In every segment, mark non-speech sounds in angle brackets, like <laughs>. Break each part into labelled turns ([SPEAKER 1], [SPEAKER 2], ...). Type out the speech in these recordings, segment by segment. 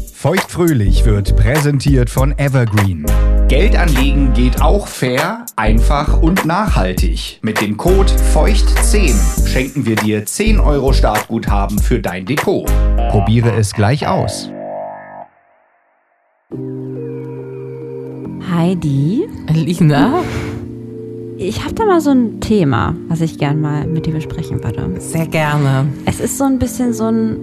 [SPEAKER 1] Feuchtfröhlich wird präsentiert von Evergreen.
[SPEAKER 2] Geld anlegen geht auch fair, einfach und nachhaltig. Mit dem Code Feucht10 schenken wir dir 10 Euro Startguthaben für dein Depot.
[SPEAKER 1] Probiere es gleich aus.
[SPEAKER 3] Heidi,
[SPEAKER 4] Lina?
[SPEAKER 3] ich habe da mal so ein Thema, was ich gern mal mit dir besprechen würde.
[SPEAKER 4] Sehr gerne.
[SPEAKER 3] Es ist so ein bisschen so ein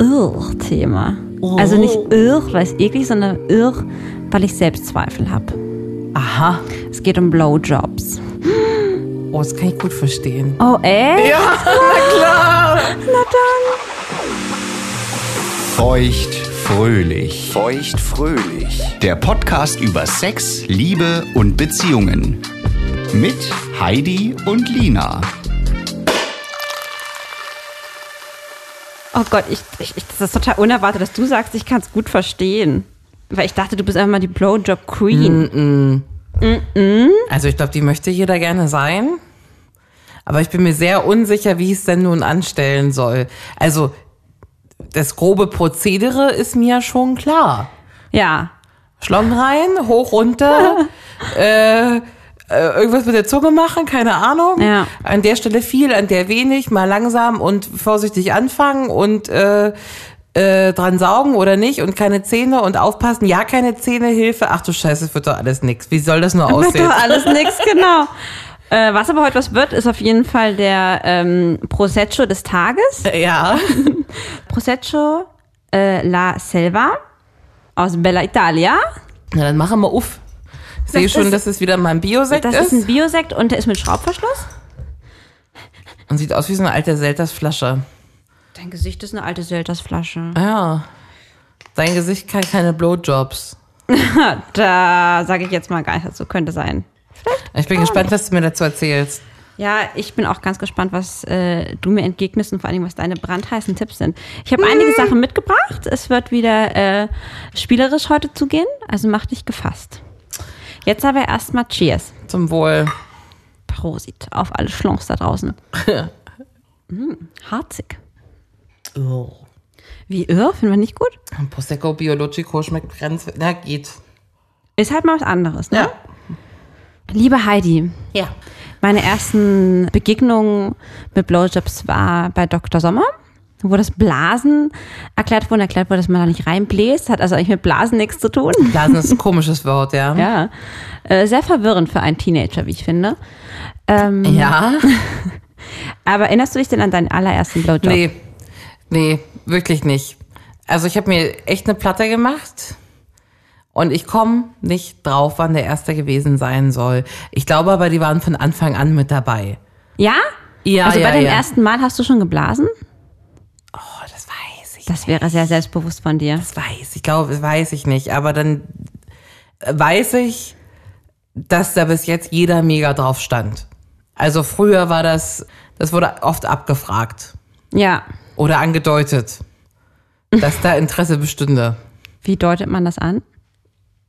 [SPEAKER 3] Irr-Thema. Also nicht
[SPEAKER 4] Oh.
[SPEAKER 3] irr, weil es eklig, sondern irr, weil ich Selbstzweifel habe.
[SPEAKER 4] Aha.
[SPEAKER 3] Es geht um Blowjobs.
[SPEAKER 4] Oh, das kann ich gut verstehen.
[SPEAKER 3] Oh, echt?
[SPEAKER 4] Ja, na klar.
[SPEAKER 2] Feuchtfröhlich. Feuchtfröhlich. Der Podcast über Sex, Liebe und Beziehungen. Mit Heidi und Lina.
[SPEAKER 3] Oh Gott, ich, ich, ich, das ist total unerwartet, dass du sagst, ich kann es gut verstehen. Weil ich dachte, du bist einfach mal die Blowjob-Queen.
[SPEAKER 4] Hm. Also ich glaube, die möchte jeder gerne sein. Aber ich bin mir sehr unsicher, wie ich es denn nun anstellen soll. Also das grobe Prozedere ist mir schon klar.
[SPEAKER 3] Ja.
[SPEAKER 4] Schlong rein,
[SPEAKER 3] <laughs>
[SPEAKER 4] hoch runter, äh, äh, irgendwas mit der Zunge machen, keine Ahnung.
[SPEAKER 3] Ja.
[SPEAKER 4] An der Stelle viel, an der wenig, mal langsam und vorsichtig anfangen und äh, äh, dran saugen oder nicht und keine Zähne und aufpassen, ja, keine Zähne, Hilfe, ach du Scheiße, es wird doch alles nix. Wie soll das nur
[SPEAKER 3] Wird
[SPEAKER 4] aussehen?
[SPEAKER 3] doch alles nix, genau. Äh, was aber heute was wird, ist auf jeden Fall der ähm, Prosecco des Tages.
[SPEAKER 4] <laughs> Ja.
[SPEAKER 3] Prosecco äh, La Selva aus Bella Italia.
[SPEAKER 4] Na, dann machen wir auf. Ich sehe
[SPEAKER 3] Das
[SPEAKER 4] schon,
[SPEAKER 3] ist-
[SPEAKER 4] dass es wieder mal ein Biosekt
[SPEAKER 3] Das ist
[SPEAKER 4] ist.
[SPEAKER 3] ein Biosekt und der ist mit Schraubverschluss.
[SPEAKER 4] und sieht aus wie so eine alte Seltersflasche.
[SPEAKER 3] Dein Gesicht ist eine alte Seltersflasche.
[SPEAKER 4] Ja. Dein Gesicht kann keine Blowjobs.
[SPEAKER 3] Da sage ich jetzt mal gar nicht, so könnte sein.
[SPEAKER 4] Ich
[SPEAKER 3] Oh.
[SPEAKER 4] bin gespannt, was du mir dazu erzählst.
[SPEAKER 3] Ja, ich bin auch ganz gespannt, was äh, du mir entgegnest und vor allem, was deine brandheißen Tipps sind. Ich habe einige Sachen mitgebracht. Es wird wieder äh, spielerisch heute zugehen, also mach dich gefasst. Jetzt aber erstmal Cheers.
[SPEAKER 4] Zum Wohl.
[SPEAKER 3] Prosit auf alle Schlons da draußen. <laughs> mm, harzig.
[SPEAKER 4] Oh.
[SPEAKER 3] Wie irr, finden wir nicht gut?
[SPEAKER 4] Prosecco Biologico schmeckt ganz. Na, geht.
[SPEAKER 3] Ist halt mal was anderes, ne? Liebe Heidi,
[SPEAKER 4] Ja.
[SPEAKER 3] meine ersten Begegnungen mit Blowjobs war bei Dr. Sommer, wo das Blasen erklärt wurde, erklärt wurde, dass man da nicht reinbläst, hat also eigentlich mit Blasen nichts zu tun.
[SPEAKER 4] Blasen ist ein komisches Wort, ja.
[SPEAKER 3] Ja, äh, sehr verwirrend für einen Teenager, wie ich finde. Ähm,
[SPEAKER 4] Ja.
[SPEAKER 3] Aber erinnerst du dich denn an deinen allerersten Blowjob?
[SPEAKER 4] Nee, nee, wirklich nicht. Also ich habe mir echt eine Platte gemacht und ich komme nicht drauf, wann der erste gewesen sein soll. Ich glaube aber, die waren von Anfang an mit dabei.
[SPEAKER 3] Ja?
[SPEAKER 4] Ja,
[SPEAKER 3] Also
[SPEAKER 4] ja,
[SPEAKER 3] bei deinem
[SPEAKER 4] ja.
[SPEAKER 3] ersten Mal hast du schon geblasen?
[SPEAKER 4] Oh, das weiß ich.
[SPEAKER 3] Das wäre sehr selbstbewusst von dir.
[SPEAKER 4] Das weiß ich. glaube, das weiß ich nicht. Aber dann weiß ich, dass da bis jetzt jeder mega drauf stand. Also früher war das, das wurde oft abgefragt
[SPEAKER 3] Ja.
[SPEAKER 4] oder angedeutet, dass da Interesse bestünde.
[SPEAKER 3] Wie deutet man das an?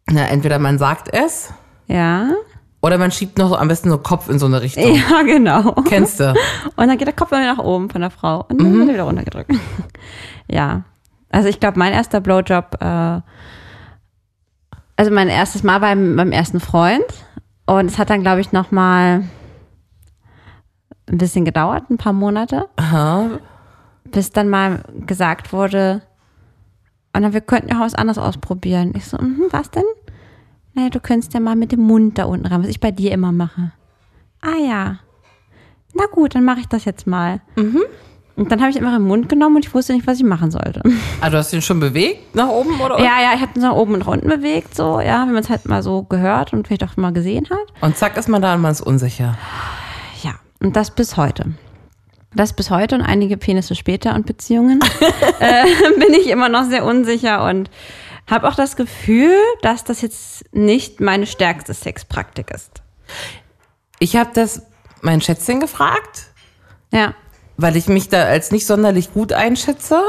[SPEAKER 4] Na, entweder man sagt es
[SPEAKER 3] Ja.
[SPEAKER 4] Oder man schiebt noch so am besten so Kopf in so eine Richtung.
[SPEAKER 3] Ja, genau.
[SPEAKER 4] Kennst du?
[SPEAKER 3] Und dann geht der Kopf immer nach oben von der Frau und dann wird er wieder runtergedrückt. <laughs> Ja. Also ich glaube, mein erster Blowjob, äh, also mein erstes Mal beim, beim ersten Freund. Und es hat dann, glaube ich, nochmal ein bisschen gedauert, ein paar Monate. Bis dann mal gesagt wurde, Anna, wir könnten ja auch was anderes ausprobieren. Ich so, mhm, was denn? Naja, du könntest ja mal mit dem Mund da unten ran, was ich bei dir immer mache. Ah ja. Na gut, dann mache ich das jetzt mal.
[SPEAKER 4] Mhm.
[SPEAKER 3] Und dann habe ich einfach im Mund genommen und ich wusste nicht, was ich machen sollte.
[SPEAKER 4] Ah, du hast ihn schon bewegt nach oben oder?
[SPEAKER 3] Ja, ja, ich habe ihn so nach oben und unten bewegt, so, ja, wenn man es halt mal so gehört und vielleicht auch mal gesehen hat.
[SPEAKER 4] Und zack ist man da und man ist unsicher.
[SPEAKER 3] Ja, und das bis heute. Das bis heute und einige Penisse später und
[SPEAKER 4] <laughs>
[SPEAKER 3] Beziehungen äh, <laughs> bin ich immer noch sehr unsicher und habe auch das Gefühl, dass das jetzt nicht meine stärkste Sexpraktik ist.
[SPEAKER 4] Ich habe das mein Schätzchen gefragt,
[SPEAKER 3] Ja,
[SPEAKER 4] weil ich mich da als nicht sonderlich gut einschätze.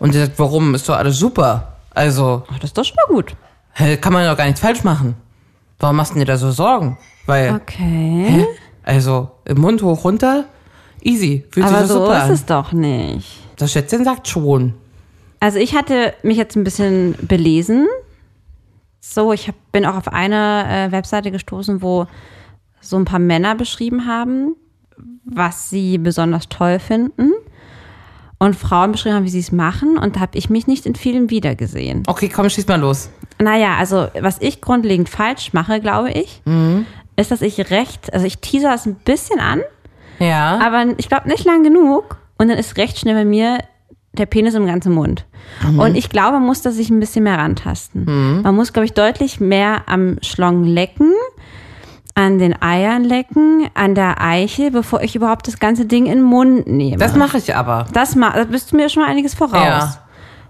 [SPEAKER 4] Und die sagt, warum? Ist doch alles super. Also,
[SPEAKER 3] Ach, Oh, das ist doch schon mal gut.
[SPEAKER 4] hä, kann man doch gar nichts falsch machen. Warum machst du dir da so Sorgen? Weil,
[SPEAKER 3] Okay.
[SPEAKER 4] hä? also, im Mund hoch runter, easy. Fühlt sich
[SPEAKER 3] Aber
[SPEAKER 4] doch
[SPEAKER 3] so
[SPEAKER 4] super
[SPEAKER 3] ist
[SPEAKER 4] an.
[SPEAKER 3] es doch nicht.
[SPEAKER 4] Das Schätzchen sagt schon.
[SPEAKER 3] Also ich hatte mich jetzt ein bisschen belesen. So, ich hab, bin auch auf eine äh, Webseite gestoßen, wo so ein paar Männer beschrieben haben, was sie besonders toll finden. Und Frauen beschrieben haben, wie sie es machen. Und da habe ich mich nicht in vielen wiedergesehen.
[SPEAKER 4] Okay, komm, schieß mal los.
[SPEAKER 3] Naja, also was ich grundlegend falsch mache, glaube ich, ist, dass ich recht, also ich teaser es ein bisschen an,
[SPEAKER 4] Ja.
[SPEAKER 3] aber ich glaube nicht lang genug. Und dann ist recht schnell bei mir der Penis im ganzen Mund.
[SPEAKER 4] Mhm.
[SPEAKER 3] Und ich glaube, man muss da sich ein bisschen mehr rantasten. Man muss, glaube ich, deutlich mehr am Schlong lecken, an den Eiern lecken, an der Eichel, bevor ich überhaupt das ganze Ding in den Mund nehme.
[SPEAKER 4] das mache ich aber.
[SPEAKER 3] Das ma da bist du mir schon mal einiges voraus.
[SPEAKER 4] Ja.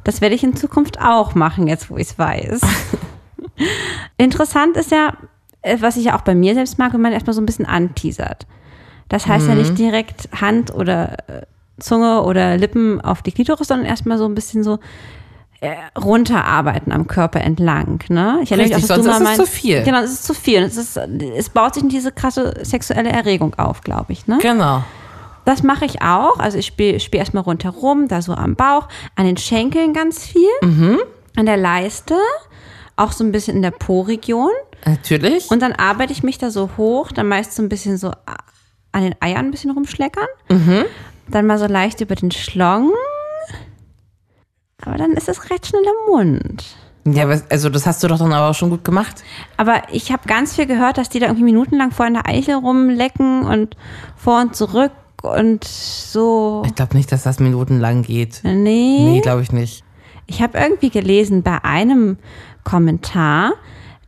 [SPEAKER 3] Das werde ich in Zukunft auch machen, jetzt wo ich es
[SPEAKER 4] <laughs>
[SPEAKER 3] weiß. Interessant ist ja, äh, was ich ja auch bei mir selbst mag, wenn man erstmal so ein bisschen anteasert. Das heißt ja
[SPEAKER 4] Mhm.
[SPEAKER 3] nicht direkt Hand oder äh, Zunge oder Lippen auf die Klitoris, sondern erstmal so ein bisschen so äh, runterarbeiten am Körper entlang. Ne? Ich erinnere mich
[SPEAKER 4] Richtig,
[SPEAKER 3] dass du
[SPEAKER 4] sonst
[SPEAKER 3] mal
[SPEAKER 4] ist es
[SPEAKER 3] mein-
[SPEAKER 4] zu viel.
[SPEAKER 3] Genau, es ist zu viel. Und Es, ist, es baut sich in diese krasse sexuelle Erregung auf, glaube ich. Ne?
[SPEAKER 4] Genau.
[SPEAKER 3] Das mache ich auch. Also ich spiele spiel erstmal rundherum, da so am Bauch, an den Schenkeln ganz viel, an der Leiste, auch so ein bisschen in der Po-Region.
[SPEAKER 4] Natürlich.
[SPEAKER 3] Und dann arbeite ich mich da so hoch, dann meist so ein bisschen so an den Eiern ein bisschen rumschleckern. Dann mal so leicht über den Schlong. Aber dann ist es recht schnell im Mund.
[SPEAKER 4] ja, was- also das hast du doch dann aber auch schon gut gemacht.
[SPEAKER 3] Aber ich habe ganz viel gehört, dass die da irgendwie minutenlang vor in der Eichel rumlecken und vor und zurück und so.
[SPEAKER 4] Ich glaube nicht, dass das minutenlang geht.
[SPEAKER 3] Nee.
[SPEAKER 4] Nee, glaube ich nicht.
[SPEAKER 3] Ich habe irgendwie gelesen bei einem Kommentar,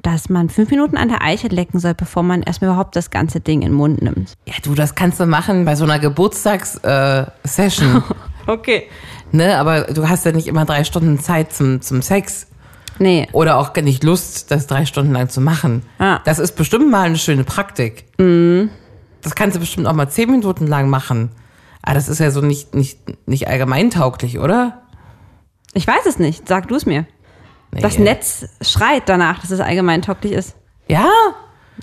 [SPEAKER 3] dass man fünf Minuten an der Eiche lecken soll, bevor man erstmal überhaupt das ganze Ding in den Mund nimmt.
[SPEAKER 4] Ja, du, das kannst du machen bei so einer
[SPEAKER 3] <laughs>
[SPEAKER 4] äh, Geburtstags-Session.
[SPEAKER 3] Okay.
[SPEAKER 4] ne? Aber du hast ja nicht immer drei Stunden Zeit zum, zum Sex.
[SPEAKER 3] Nee.
[SPEAKER 4] Oder auch gar nicht Lust, das drei Stunden lang zu machen.
[SPEAKER 3] Ah. Mhm.
[SPEAKER 4] Das ist bestimmt mal eine schöne Praktik. Das kannst du bestimmt auch mal zehn Minuten lang machen. Aber das ist ja so nicht, nicht, nicht allgemeintauglich, oder?
[SPEAKER 3] Ich weiß es nicht. Sag du es mir.
[SPEAKER 4] Nee.
[SPEAKER 3] Das Netz schreit danach, dass es allgemein tauglich ist.
[SPEAKER 4] Ja.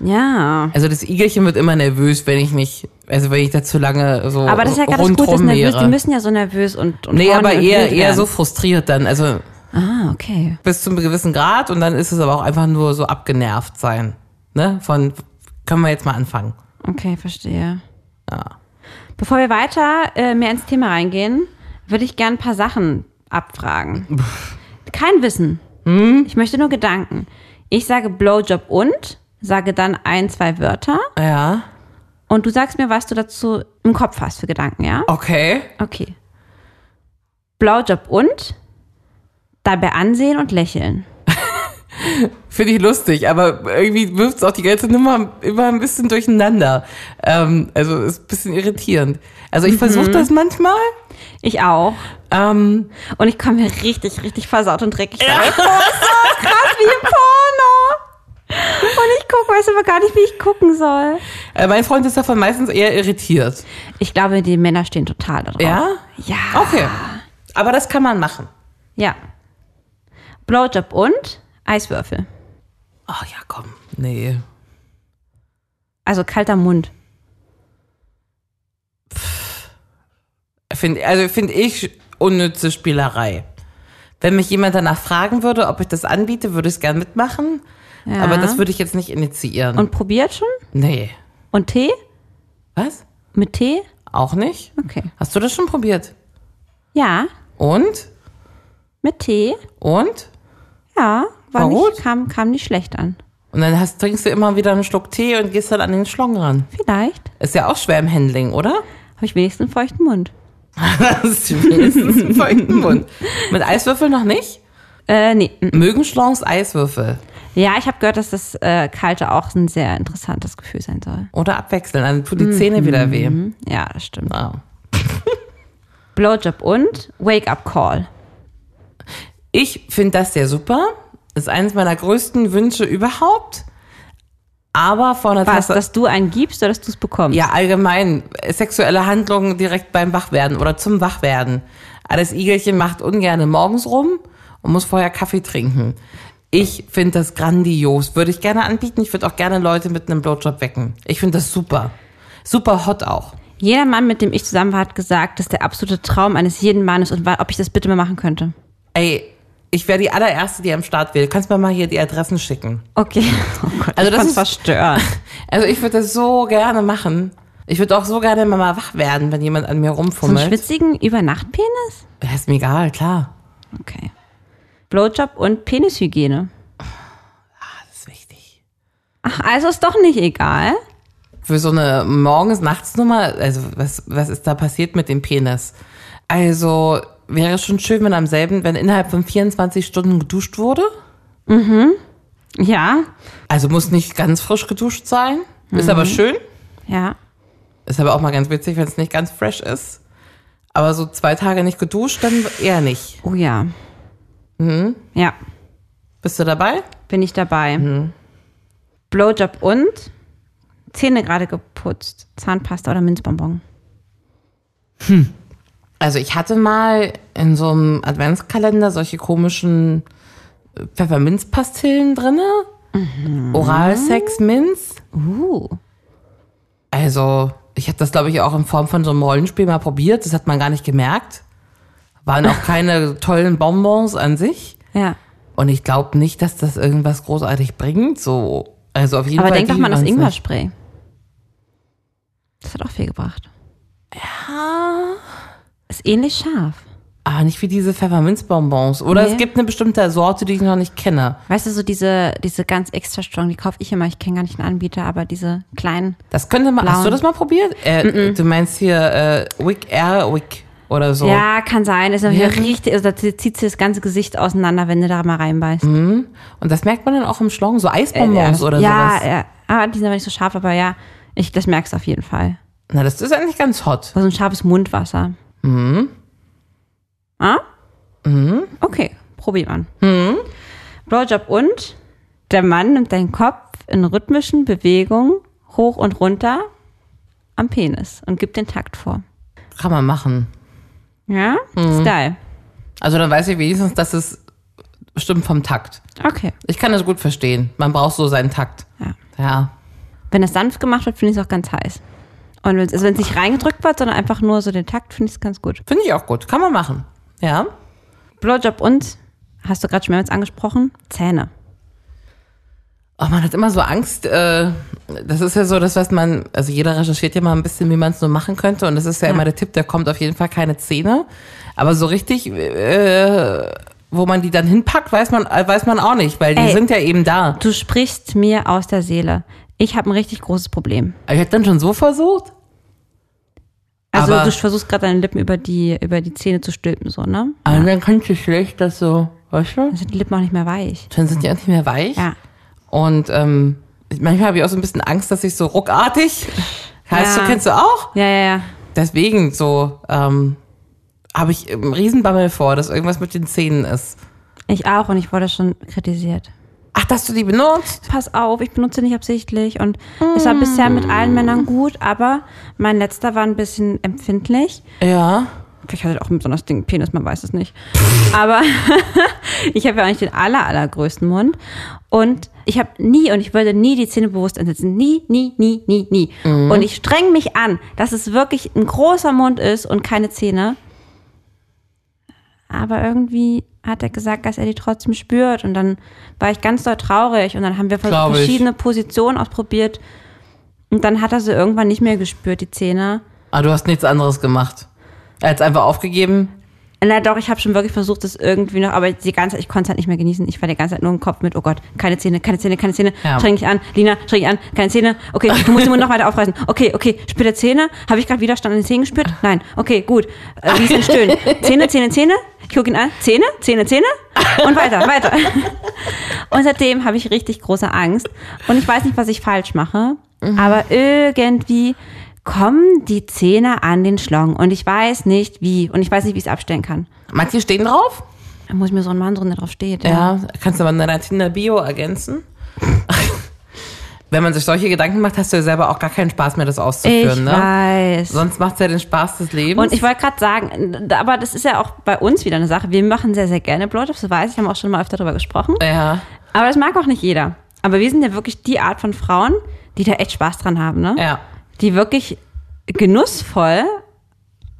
[SPEAKER 3] Ja.
[SPEAKER 4] Also das Igelchen wird immer nervös, wenn ich nicht, also wenn ich da zu lange so
[SPEAKER 3] Aber das ist ja gerade das Gute, dass
[SPEAKER 4] rundrum
[SPEAKER 3] nervös, die
[SPEAKER 4] wäre.
[SPEAKER 3] müssen ja so nervös und, und
[SPEAKER 4] Oh, Nee,
[SPEAKER 3] horny
[SPEAKER 4] aber
[SPEAKER 3] und
[SPEAKER 4] eher,
[SPEAKER 3] wild
[SPEAKER 4] eher so
[SPEAKER 3] werden.
[SPEAKER 4] frustriert dann. Also
[SPEAKER 3] Ah, okay.
[SPEAKER 4] bis zu einem gewissen Grad und dann ist es aber auch einfach nur so abgenervt sein. Ne? Von, können wir jetzt mal anfangen.
[SPEAKER 3] Okay, verstehe.
[SPEAKER 4] Ja.
[SPEAKER 3] Bevor wir weiter äh, mehr ins Thema reingehen, würde ich gern ein paar Sachen abfragen. Kein Wissen. Ich möchte nur Gedanken. Ich sage Blowjob und sage dann ein, zwei Wörter
[SPEAKER 4] Ja.
[SPEAKER 3] und du sagst mir, was du dazu im Kopf hast für Gedanken, ja?
[SPEAKER 4] Okay.
[SPEAKER 3] Okay. Blowjob und dabei ansehen und lächeln.
[SPEAKER 4] Finde ich lustig, aber irgendwie wirft es auch die ganze Nummer immer ein bisschen durcheinander. Ähm, also ist ein bisschen irritierend. Also ich versuche das manchmal.
[SPEAKER 3] Ich auch.
[SPEAKER 4] Ähm,
[SPEAKER 3] Und ich komme mir richtig, richtig versaut und dreckig ja. vor. So krass wie im Porno. Und ich gucke, weiß aber gar nicht, wie ich gucken soll.
[SPEAKER 4] äh, mein Freund ist davon meistens eher irritiert.
[SPEAKER 3] Ich glaube, die Männer stehen total da drauf.
[SPEAKER 4] Ja? Ah.
[SPEAKER 3] Ja.
[SPEAKER 4] Okay. Aber das kann man machen.
[SPEAKER 3] Ja. Blowjob und Eiswürfel.
[SPEAKER 4] Ach ja, komm. Nee.
[SPEAKER 3] Also kalter Mund.
[SPEAKER 4] Find, also finde ich unnütze Spielerei. Wenn mich jemand danach fragen würde, ob ich das anbiete, würde ich es gern mitmachen.
[SPEAKER 3] Ja.
[SPEAKER 4] Aber das würde ich jetzt nicht initiieren.
[SPEAKER 3] Und probiert schon?
[SPEAKER 4] nee.
[SPEAKER 3] Und Tee?
[SPEAKER 4] Was?
[SPEAKER 3] Mit Tee?
[SPEAKER 4] Auch nicht?
[SPEAKER 3] Okay.
[SPEAKER 4] Hast du das schon probiert?
[SPEAKER 3] Ja,
[SPEAKER 4] Und?
[SPEAKER 3] mit Tee.
[SPEAKER 4] Und?
[SPEAKER 3] Ja, war
[SPEAKER 4] War gut?
[SPEAKER 3] nicht, kam, kam nicht schlecht an.
[SPEAKER 4] Und dann hast, trinkst du immer wieder einen Schluck Tee und gehst dann an den Schlong ran.
[SPEAKER 3] Vielleicht
[SPEAKER 4] Ist ja auch schwer im Handling, oder? <laughs>
[SPEAKER 3] habe ich wenigstens einen feuchten Mund.
[SPEAKER 4] Das ist wenigstens einen feuchten Mund. Mit Eiswürfeln noch nicht?
[SPEAKER 3] Äh, nee. mm.
[SPEAKER 4] Mögen Schlongs Eiswürfel.
[SPEAKER 3] Ja, ich habe gehört, dass das äh, kalte auch ein sehr interessantes Gefühl sein soll.
[SPEAKER 4] Oder abwechseln, dann tut
[SPEAKER 3] Mhm.
[SPEAKER 4] die Zähne wieder weh. Ah.
[SPEAKER 3] Ja, das stimmt.
[SPEAKER 4] Ja.
[SPEAKER 3] Blowjob und Wake-up-Call.
[SPEAKER 4] Ich finde das sehr super. Ist eines meiner größten Wünsche überhaupt. Aber vor einer
[SPEAKER 3] Was,
[SPEAKER 4] Tasse.
[SPEAKER 3] dass du einen gibst oder dass du es bekommst?
[SPEAKER 4] Ja, allgemein. Sexuelle Handlungen direkt beim Wachwerden oder zum Wachwerden. Aber Das Igelchen macht ungern morgens rum und muss vorher Kaffee trinken. Ich finde das grandios. Würde ich gerne anbieten. Ich würde auch gerne Leute mit einem Blowjob wecken. Ich finde das super. Super hot auch.
[SPEAKER 3] Jeder Mann, mit dem ich zusammen war, hat gesagt, das ist der absolute Traum eines jeden Mannes und war, ob ich das bitte mal machen könnte.
[SPEAKER 4] Ey, ich wäre die allererste, die am Start will. Kannst mir mal hier die Adressen schicken.
[SPEAKER 3] Okay. <laughs> Oh Gott,
[SPEAKER 4] Also
[SPEAKER 3] ich
[SPEAKER 4] das
[SPEAKER 3] fand's
[SPEAKER 4] ist-
[SPEAKER 3] verstört.
[SPEAKER 4] Also ich würde das so gerne machen. Ich würde auch so gerne mal wach werden, wenn jemand an mir
[SPEAKER 3] <laughs> Zum
[SPEAKER 4] rumfummelt.
[SPEAKER 3] schwitzigen Übernachtpenis?
[SPEAKER 4] Ja, ist mir egal, klar.
[SPEAKER 3] Okay. Blowjob und Penishygiene.
[SPEAKER 4] Das ist wichtig.
[SPEAKER 3] Ach, also ist doch nicht egal.
[SPEAKER 4] Für so eine Morgens-Nachts-Nummer, also was, was ist da passiert mit dem Penis? Also wäre schon schön, wenn am selben, wenn innerhalb von 24 Stunden geduscht wurde.
[SPEAKER 3] Ja.
[SPEAKER 4] Also muss nicht ganz frisch geduscht sein. Ist aber schön.
[SPEAKER 3] Ja.
[SPEAKER 4] Ist aber auch mal ganz witzig, wenn es nicht ganz fresh ist. Aber so zwei Tage nicht geduscht, dann eher nicht.
[SPEAKER 3] Oh ja. Ja,
[SPEAKER 4] Bist du dabei?
[SPEAKER 3] bin ich dabei. Blowjob und Zähne gerade geputzt. Zahnpasta oder Minzbonbon.
[SPEAKER 4] Also ich hatte mal in so einem Adventskalender solche komischen äh, Pfefferminzpastillen drinne.
[SPEAKER 3] Mhm.
[SPEAKER 4] Oralsex, Minz.
[SPEAKER 3] Uh.
[SPEAKER 4] Also ich habe das, glaube ich, auch in Form von so einem Rollenspiel mal probiert. Das hat man gar nicht gemerkt.
[SPEAKER 3] <laughs>
[SPEAKER 4] Waren auch keine tollen Bonbons an sich.
[SPEAKER 3] Ja.
[SPEAKER 4] Und ich glaube nicht, dass das irgendwas großartig bringt. So, also auf jeden
[SPEAKER 3] Aber
[SPEAKER 4] Fall.
[SPEAKER 3] denk doch mal an das
[SPEAKER 4] liefen uns nicht.
[SPEAKER 3] Ingwer-Spray. Das hat auch viel gebracht. Ja. Ist ähnlich scharf.
[SPEAKER 4] Ah, nicht wie diese Pfefferminzbonbons. Oder
[SPEAKER 3] Nee.
[SPEAKER 4] es gibt eine bestimmte Sorte, die ich noch nicht kenne.
[SPEAKER 3] Weißt du, so diese, diese ganz extra strong, die kaufe ich immer. Ich kenne gar nicht einen Anbieter, aber diese kleinen.
[SPEAKER 4] Das könnte man. Hast
[SPEAKER 3] Blauen.
[SPEAKER 4] du das mal probiert? Äh, Du meinst hier äh, Wick Air Wick oder so.
[SPEAKER 3] Ja, kann sein. Ist natürlich
[SPEAKER 4] Oh. Ja.
[SPEAKER 3] richtig, also da zieht sich das ganze Gesicht auseinander, wenn du da mal reinbeißt.
[SPEAKER 4] Und das merkt man dann auch im Schlong, so Eisbonbons oder
[SPEAKER 3] Äh, ja,
[SPEAKER 4] sowas.
[SPEAKER 3] Ja, ah, die sind aber nicht so scharf, aber ja, ich, das merkst du auf jeden Fall.
[SPEAKER 4] Na, das ist eigentlich ganz hot.
[SPEAKER 3] So ein scharfes Mundwasser. Mhm. Ah? Mhm. Okay, probier man. Mhm. Blowjob und der Mann nimmt deinen Kopf in rhythmischen Bewegungen hoch und runter am Penis und gibt den Takt vor.
[SPEAKER 4] Kann man machen.
[SPEAKER 3] Ja? Ist geil.
[SPEAKER 4] Also dann weiß ich wenigstens, dass es stimmt vom Takt.
[SPEAKER 3] Okay.
[SPEAKER 4] Ich kann das gut verstehen. Man braucht so seinen Takt.
[SPEAKER 3] Ja.
[SPEAKER 4] Ja.
[SPEAKER 3] Wenn das sanft gemacht wird, finde ich es auch ganz heiß. Und wenn es also wenn's nicht reingedrückt wird, sondern einfach nur so den Takt, finde ich es ganz gut.
[SPEAKER 4] Finde ich auch gut. Kann man machen. Ja.
[SPEAKER 3] Blowjob und, hast du gerade schon mehrmals angesprochen, Zähne.
[SPEAKER 4] Oh, man hat immer so Angst. Äh, das ist ja so das, was man, also jeder recherchiert ja mal ein bisschen, wie man es nur machen könnte. Und das ist ja, immer der Tipp, da kommt auf jeden Fall keine Zähne. Aber so richtig, äh, wo man die dann hinpackt, weiß man, äh, weiß man auch nicht, weil die
[SPEAKER 3] Ey.
[SPEAKER 4] sind ja eben da.
[SPEAKER 3] Du sprichst mir aus der Seele. Ich habe ein richtig großes Problem.
[SPEAKER 4] Ich hätte dann schon so versucht.
[SPEAKER 3] Also
[SPEAKER 4] Aber-
[SPEAKER 3] du versuchst gerade deine Lippen über die, über die Zähne zu stülpen, so, ne?
[SPEAKER 4] Aber dann kannst du schlecht das so, weißt du?
[SPEAKER 3] Dann sind die Lippen auch nicht mehr weich.
[SPEAKER 4] Dann sind die auch nicht mehr weich.
[SPEAKER 3] Ja.
[SPEAKER 4] Und ähm, manchmal habe ich auch so ein bisschen Angst, dass ich so ruckartig. Heißt
[SPEAKER 3] Ja.
[SPEAKER 4] du, kennst du auch?
[SPEAKER 3] Ja, ja, ja.
[SPEAKER 4] deswegen so ähm, habe ich einen Riesenbammel vor, dass irgendwas mit den Zähnen ist.
[SPEAKER 3] Ich auch und ich wurde schon kritisiert.
[SPEAKER 4] Ach, dass du die benutzt?
[SPEAKER 3] Pass auf, ich benutze nicht absichtlich und es war bisher mit allen Männern gut, aber mein letzter war ein bisschen empfindlich.
[SPEAKER 4] Ja.
[SPEAKER 3] Vielleicht hat er auch einen besonders dicken Penis, man weiß es nicht. Aber <laughs> ich habe ja auch nicht den aller, allergrößten Mund. Und ich habe nie und ich würde nie die Zähne bewusst einsetzen. Nie, nie, nie, nie, nie.
[SPEAKER 4] Mhm.
[SPEAKER 3] Und ich streng mich an, dass es wirklich ein großer Mund ist und keine Zähne. Aber irgendwie hat er gesagt, dass er die trotzdem spürt. Und dann war ich ganz doll traurig. Und dann haben wir vers-
[SPEAKER 4] Glaub ich.
[SPEAKER 3] verschiedene Positionen ausprobiert. Und dann hat er sie irgendwann nicht mehr gespürt, die Zähne.
[SPEAKER 4] Ah, du hast nichts anderes gemacht. Er hat's einfach aufgegeben.
[SPEAKER 3] Na doch, ich habe schon wirklich versucht, das irgendwie noch, aber die ganze Zeit, ich konnte es halt nicht mehr genießen. Ich war die ganze Zeit nur im Kopf mit, oh Gott, keine Zähne, keine Zähne, keine Zähne,
[SPEAKER 4] Ja.
[SPEAKER 3] streng dich an, Lina, streng dich an, keine Zähne, okay, du musst den Mund noch weiter aufreißen. Okay, okay, spürt der Zähne? Habe ich gerade Widerstand an den Zähnen gespürt? Nein, okay, gut. Äh, wie ist denn Stöhnen? Zähne, Zähne, Zähne, ich gucke ihn an, Zähne, Zähne, Zähne und weiter, weiter. <laughs> Und seitdem habe ich richtig große Angst. Und ich weiß nicht, was ich falsch mache, aber irgendwie kommen die Zähne an den Schlong und ich weiß nicht wie und ich weiß nicht, wie ich es abstellen kann.
[SPEAKER 4] Manche stehen drauf.
[SPEAKER 3] Da muss ich mir so einen Mann drin, der drauf steht.
[SPEAKER 4] Ja. Kannst du mal in deiner Tinder-Bio ergänzen. <laughs> Wenn man sich solche Gedanken macht, hast du ja selber auch gar keinen Spaß mehr, das
[SPEAKER 3] Ich
[SPEAKER 4] auszuführen, ne?
[SPEAKER 3] weiß.
[SPEAKER 4] Sonst macht's ja den Spaß des Lebens.
[SPEAKER 3] Und ich wollte gerade sagen, da- aber das ist ja auch bei uns wieder eine Sache. Wir machen sehr, sehr gerne Blowjobs, das weiß ich, haben auch schon mal öfter darüber gesprochen.
[SPEAKER 4] ja,
[SPEAKER 3] Aber das mag auch nicht jeder. Aber wir sind ja wirklich die Art von Frauen, die da echt Spaß dran haben, ne?
[SPEAKER 4] ja.
[SPEAKER 3] Die wirklich genussvoll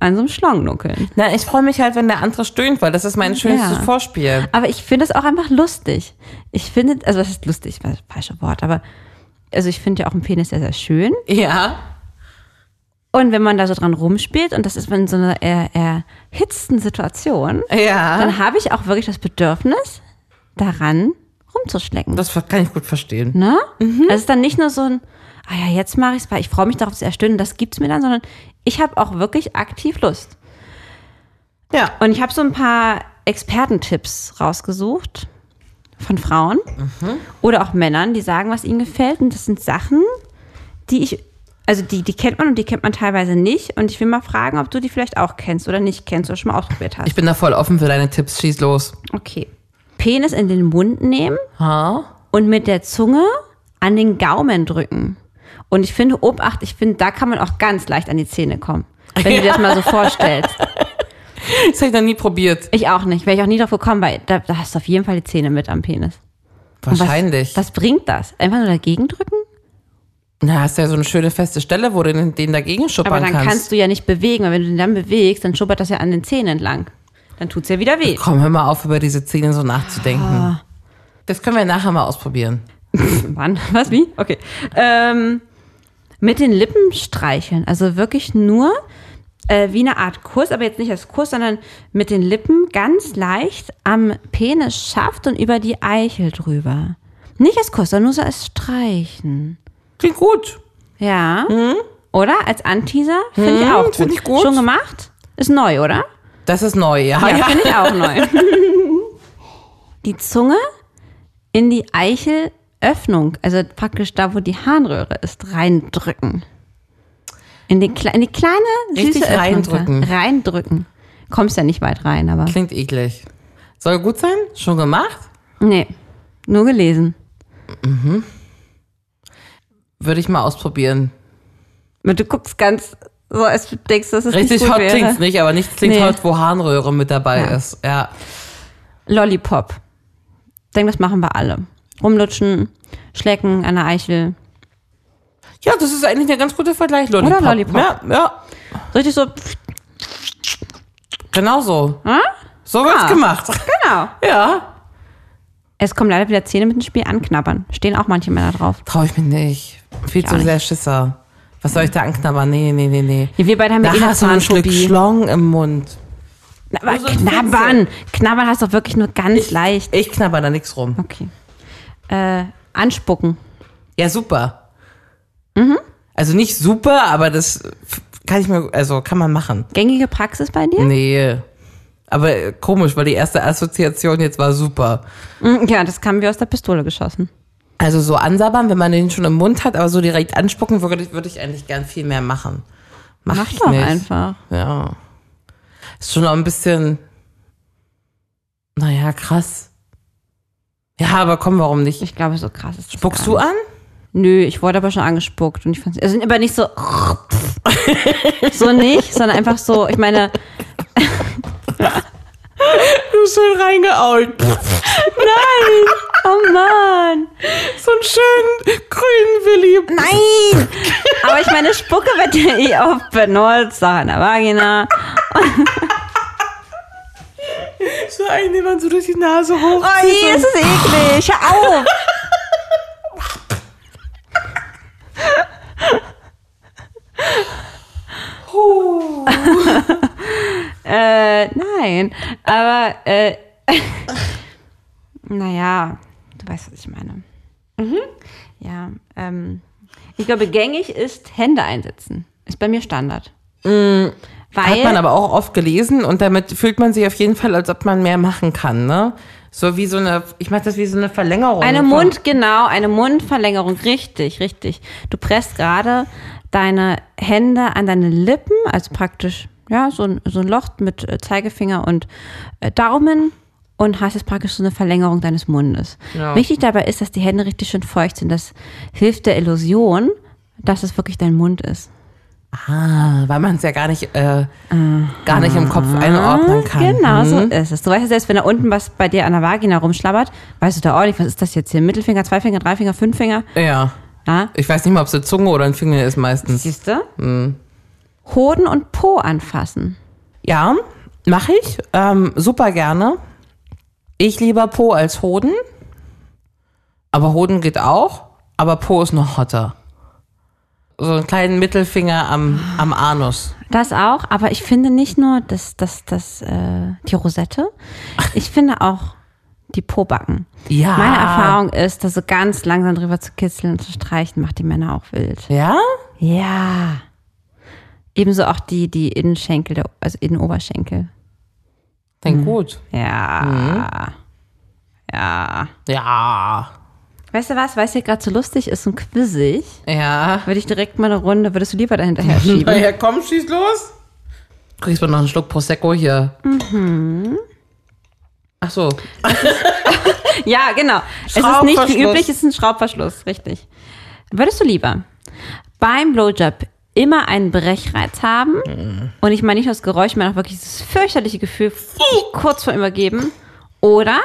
[SPEAKER 3] an so einem Schlong nuckeln.
[SPEAKER 4] Na, ich freue mich halt, wenn der andere stöhnt, weil das ist mein schönstes
[SPEAKER 3] Ja.
[SPEAKER 4] Vorspiel.
[SPEAKER 3] Aber ich finde es auch einfach lustig. Ich finde, also was ist lustig, das falsche Wort, aber also ich finde ja auch einen Penis sehr, sehr schön.
[SPEAKER 4] Ja.
[SPEAKER 3] Und wenn man da so dran rumspielt und das ist in so einer eher erhitzten Situation,
[SPEAKER 4] Ja.
[SPEAKER 3] dann habe ich auch wirklich das Bedürfnis, daran rumzuschlecken.
[SPEAKER 4] Das kann ich gut verstehen.
[SPEAKER 3] Ne? Also es ist dann nicht nur so ein, ah ja, jetzt mache ich es, weil ich freue mich darauf zu erstöhnen, das gibt's mir dann, sondern ich habe auch wirklich aktiv Lust.
[SPEAKER 4] Ja.
[SPEAKER 3] Und ich habe so ein paar Expertentipps rausgesucht von Frauen oder auch Männern, die sagen, was ihnen gefällt. Und das sind Sachen, die ich, also die, die kennt man und die kennt man teilweise nicht. Und ich will mal fragen, ob du die vielleicht auch kennst oder nicht kennst oder schon mal ausprobiert hast.
[SPEAKER 4] Ich bin da voll offen für deine Tipps. Schieß los.
[SPEAKER 3] Okay. Penis in den Mund nehmen
[SPEAKER 4] Ha?
[SPEAKER 3] und mit der Zunge an den Gaumen drücken. Und ich finde, Obacht, ich finde, da kann man auch ganz leicht an die Zähne kommen. Wenn du dir das mal so vorstellst.
[SPEAKER 4] Das habe ich noch nie probiert.
[SPEAKER 3] Ich auch nicht. Wäre ich auch nie drauf gekommen, weil da, da hast du auf jeden Fall die Zähne mit am Penis. Und
[SPEAKER 4] Wahrscheinlich.
[SPEAKER 3] Was, was bringt das? Einfach nur dagegen drücken?
[SPEAKER 4] Na, hast ja so eine schöne feste Stelle, wo du den, den dagegen schuppern
[SPEAKER 3] Aber dann kannst.
[SPEAKER 4] kannst.
[SPEAKER 3] du ja nicht bewegen, weil wenn du den dann bewegst, dann schuppert das ja an den Zähnen entlang. Dann tut's ja wieder weh.
[SPEAKER 4] Komm, hör mal auf, über diese Szene so nachzudenken. Das können wir nachher mal ausprobieren.
[SPEAKER 3] Wann? <laughs> Was? Wie? Okay. Ähm, mit den Lippen streicheln. Also wirklich nur äh, wie eine Art Kuss, aber jetzt nicht als Kuss, sondern mit den Lippen ganz leicht am Penis schafft und über die Eichel drüber. Nicht als Kuss, sondern nur so als Streichen.
[SPEAKER 4] Klingt gut.
[SPEAKER 3] Ja. Oder? Als Anteaser? Finde ich auch gut.
[SPEAKER 4] Hm? find ich gut.
[SPEAKER 3] Schon gemacht? Ist neu, oder?
[SPEAKER 4] Das ist neu, ja.
[SPEAKER 3] Ja, finde ich auch neu. <laughs> Die Zunge in die Eichelöffnung, also praktisch da, wo die Harnröhre ist, reindrücken. In die, kle in die kleine, süße
[SPEAKER 4] Richtig
[SPEAKER 3] Öffnung da.
[SPEAKER 4] reindrücken.
[SPEAKER 3] Reindrücken. Kommst ja nicht weit rein, aber.
[SPEAKER 4] Klingt eklig. Soll gut sein? Schon gemacht?
[SPEAKER 3] Nee, nur gelesen.
[SPEAKER 4] Würde ich mal ausprobieren.
[SPEAKER 3] Aber Du guckst ganz so, als du denkst, dass es nicht
[SPEAKER 4] Richtig
[SPEAKER 3] gut
[SPEAKER 4] hot
[SPEAKER 3] wäre.
[SPEAKER 4] klingt's nicht, aber nichts klingt
[SPEAKER 3] Nee.
[SPEAKER 4] hot, wo Harnröhre mit dabei
[SPEAKER 3] Ja.
[SPEAKER 4] ist. Ja.
[SPEAKER 3] Lollipop. Ich denke, das machen wir alle. Rumlutschen, schlecken an der Eichel.
[SPEAKER 4] Ja, das ist eigentlich ein ganz guter Vergleich, Lollipop.
[SPEAKER 3] Oder Lollipop.
[SPEAKER 4] Ja, ja.
[SPEAKER 3] Richtig so,
[SPEAKER 4] Genau so. So wird's
[SPEAKER 3] Ah.
[SPEAKER 4] gemacht.
[SPEAKER 3] genau.
[SPEAKER 4] <laughs> Ja.
[SPEAKER 3] Es kommen leider wieder Zähne mit dem Spiel anknabbern. Stehen auch manche Männer drauf.
[SPEAKER 4] Traue ich mich nicht. Viel zu
[SPEAKER 3] nicht.
[SPEAKER 4] sehr Schisser. Was soll ich da anknabbern? Nee, nee, nee, nee.
[SPEAKER 3] Ja, wir beide haben ja
[SPEAKER 4] Da
[SPEAKER 3] eh eine
[SPEAKER 4] hast du ein Stück
[SPEAKER 3] Zahnphobie.
[SPEAKER 4] Schlong im Mund.
[SPEAKER 3] Na, Aber
[SPEAKER 4] Nur so ein
[SPEAKER 3] knabbern. Knabbern hast du doch wirklich nur ganz leicht.
[SPEAKER 4] Ich knabber da nichts rum.
[SPEAKER 3] Okay. Äh, anspucken.
[SPEAKER 4] Ja, super.
[SPEAKER 3] Mhm.
[SPEAKER 4] Also nicht super, aber das f- kann ich mir, also kann man machen.
[SPEAKER 3] Gängige Praxis bei dir?
[SPEAKER 4] Nee. Aber äh, komisch, weil die erste Assoziation jetzt war super.
[SPEAKER 3] Mm, Ja, das kam wie aus der Pistole geschossen.
[SPEAKER 4] Also so ansabbern, wenn man den schon im Mund hat, aber so direkt anspucken, würde ich, würde ich eigentlich gern viel mehr machen. Mach,
[SPEAKER 3] Mach
[SPEAKER 4] ich
[SPEAKER 3] doch
[SPEAKER 4] nicht.
[SPEAKER 3] einfach.
[SPEAKER 4] Ja. Ist schon auch ein bisschen, naja, krass. Ja, aber komm, warum nicht?
[SPEAKER 3] Ich glaube, so krass ist das
[SPEAKER 4] Spuckst
[SPEAKER 3] gar
[SPEAKER 4] du an?
[SPEAKER 3] nicht. Nö, ich wurde aber schon angespuckt und ich fand's, also aber
[SPEAKER 4] <laughs>
[SPEAKER 3] nicht so, so nicht, sondern einfach so, ich meine,
[SPEAKER 4] Du schön reingeault.
[SPEAKER 3] <laughs> oh Mann.
[SPEAKER 4] So einen schönen grünen Willi.
[SPEAKER 3] Nein! Aber ich meine, Spucke wird ja eh oft benutzt, auch in der Vagina.
[SPEAKER 4] So einen, den man so durch die Nase hoch.
[SPEAKER 3] Oh, hier ist es eklig. Hör auf. <laughs> äh, nein, aber äh, <laughs> naja, du weißt, was ich meine. Mhm. Ja, ähm, ich glaube, gängig ist Hände einsetzen. Ist bei mir Standard. Mm, Weil,
[SPEAKER 4] Hat man aber auch oft gelesen und damit fühlt man sich auf jeden Fall, als ob man mehr machen kann, ne? So wie so eine, ich mach das wie so eine Verlängerung.
[SPEAKER 3] Eine
[SPEAKER 4] von-
[SPEAKER 3] Mund, genau, eine Mundverlängerung. Richtig, richtig. Du presst gerade deine Hände an deine Lippen, also praktisch, ja, so ein, so ein Loch mit äh, Zeigefinger und äh, Daumen und hast jetzt praktisch so eine Verlängerung deines Mundes.
[SPEAKER 4] Ja.
[SPEAKER 3] Wichtig dabei ist, dass die Hände richtig schön feucht sind. Das hilft der Illusion, dass es wirklich dein Mund ist.
[SPEAKER 4] Ah, weil man es ja gar nicht, äh, gar nicht im Kopf einordnen kann. Hm?
[SPEAKER 3] Genau, so ist es. Du weißt ja selbst, wenn da unten was bei dir an der Vagina rumschlabbert, weißt du da auch nicht, was ist das jetzt hier? Mittelfinger, zwei Finger, drei Finger, fünf Finger?
[SPEAKER 4] Ja.
[SPEAKER 3] Ja,
[SPEAKER 4] Ich weiß nicht mal, ob es eine Zunge oder ein Finger ist meistens.
[SPEAKER 3] Siehst du? Hoden und Po anfassen.
[SPEAKER 4] Ja, mache ich. Ähm, super gerne. Ich lieber Po als Hoden. Aber Hoden geht auch. Aber Po ist noch hotter. So einen kleinen Mittelfinger am, am Anus.
[SPEAKER 3] Das auch, aber ich finde nicht nur das, das, das, äh, die Rosette. Ich finde auch die Pobacken.
[SPEAKER 4] Ja.
[SPEAKER 3] Meine Erfahrung ist, dass so ganz langsam drüber zu kitzeln und zu streichen, macht die Männer auch wild.
[SPEAKER 4] Ja?
[SPEAKER 3] Ja. Ebenso auch die, die Innenschenkel, der- also Innenoberschenkel. Hm.
[SPEAKER 4] Klingt gut.
[SPEAKER 3] Ja. Ja.
[SPEAKER 4] Ja.
[SPEAKER 3] Weißt du was, weil es hier gerade so lustig ist und quizzig,
[SPEAKER 4] Ja.
[SPEAKER 3] würde ich direkt mal eine Runde, würdest du lieber dahinterher
[SPEAKER 4] Na
[SPEAKER 3] schieben?
[SPEAKER 4] ja, komm, schieß los. Kriegst du noch einen Schluck Prosecco hier? Mhm. Ach so.
[SPEAKER 3] ja, genau. Es ist nicht wie
[SPEAKER 4] Schraubverschluss.
[SPEAKER 3] üblich, es ist ein Schraubverschluss, richtig. Würdest du lieber beim Blowjob immer einen Brechreiz haben und ich meine nicht nur das Geräusch, ich meine auch wirklich dieses fürchterliche Gefühl, kurz vor übergeben oder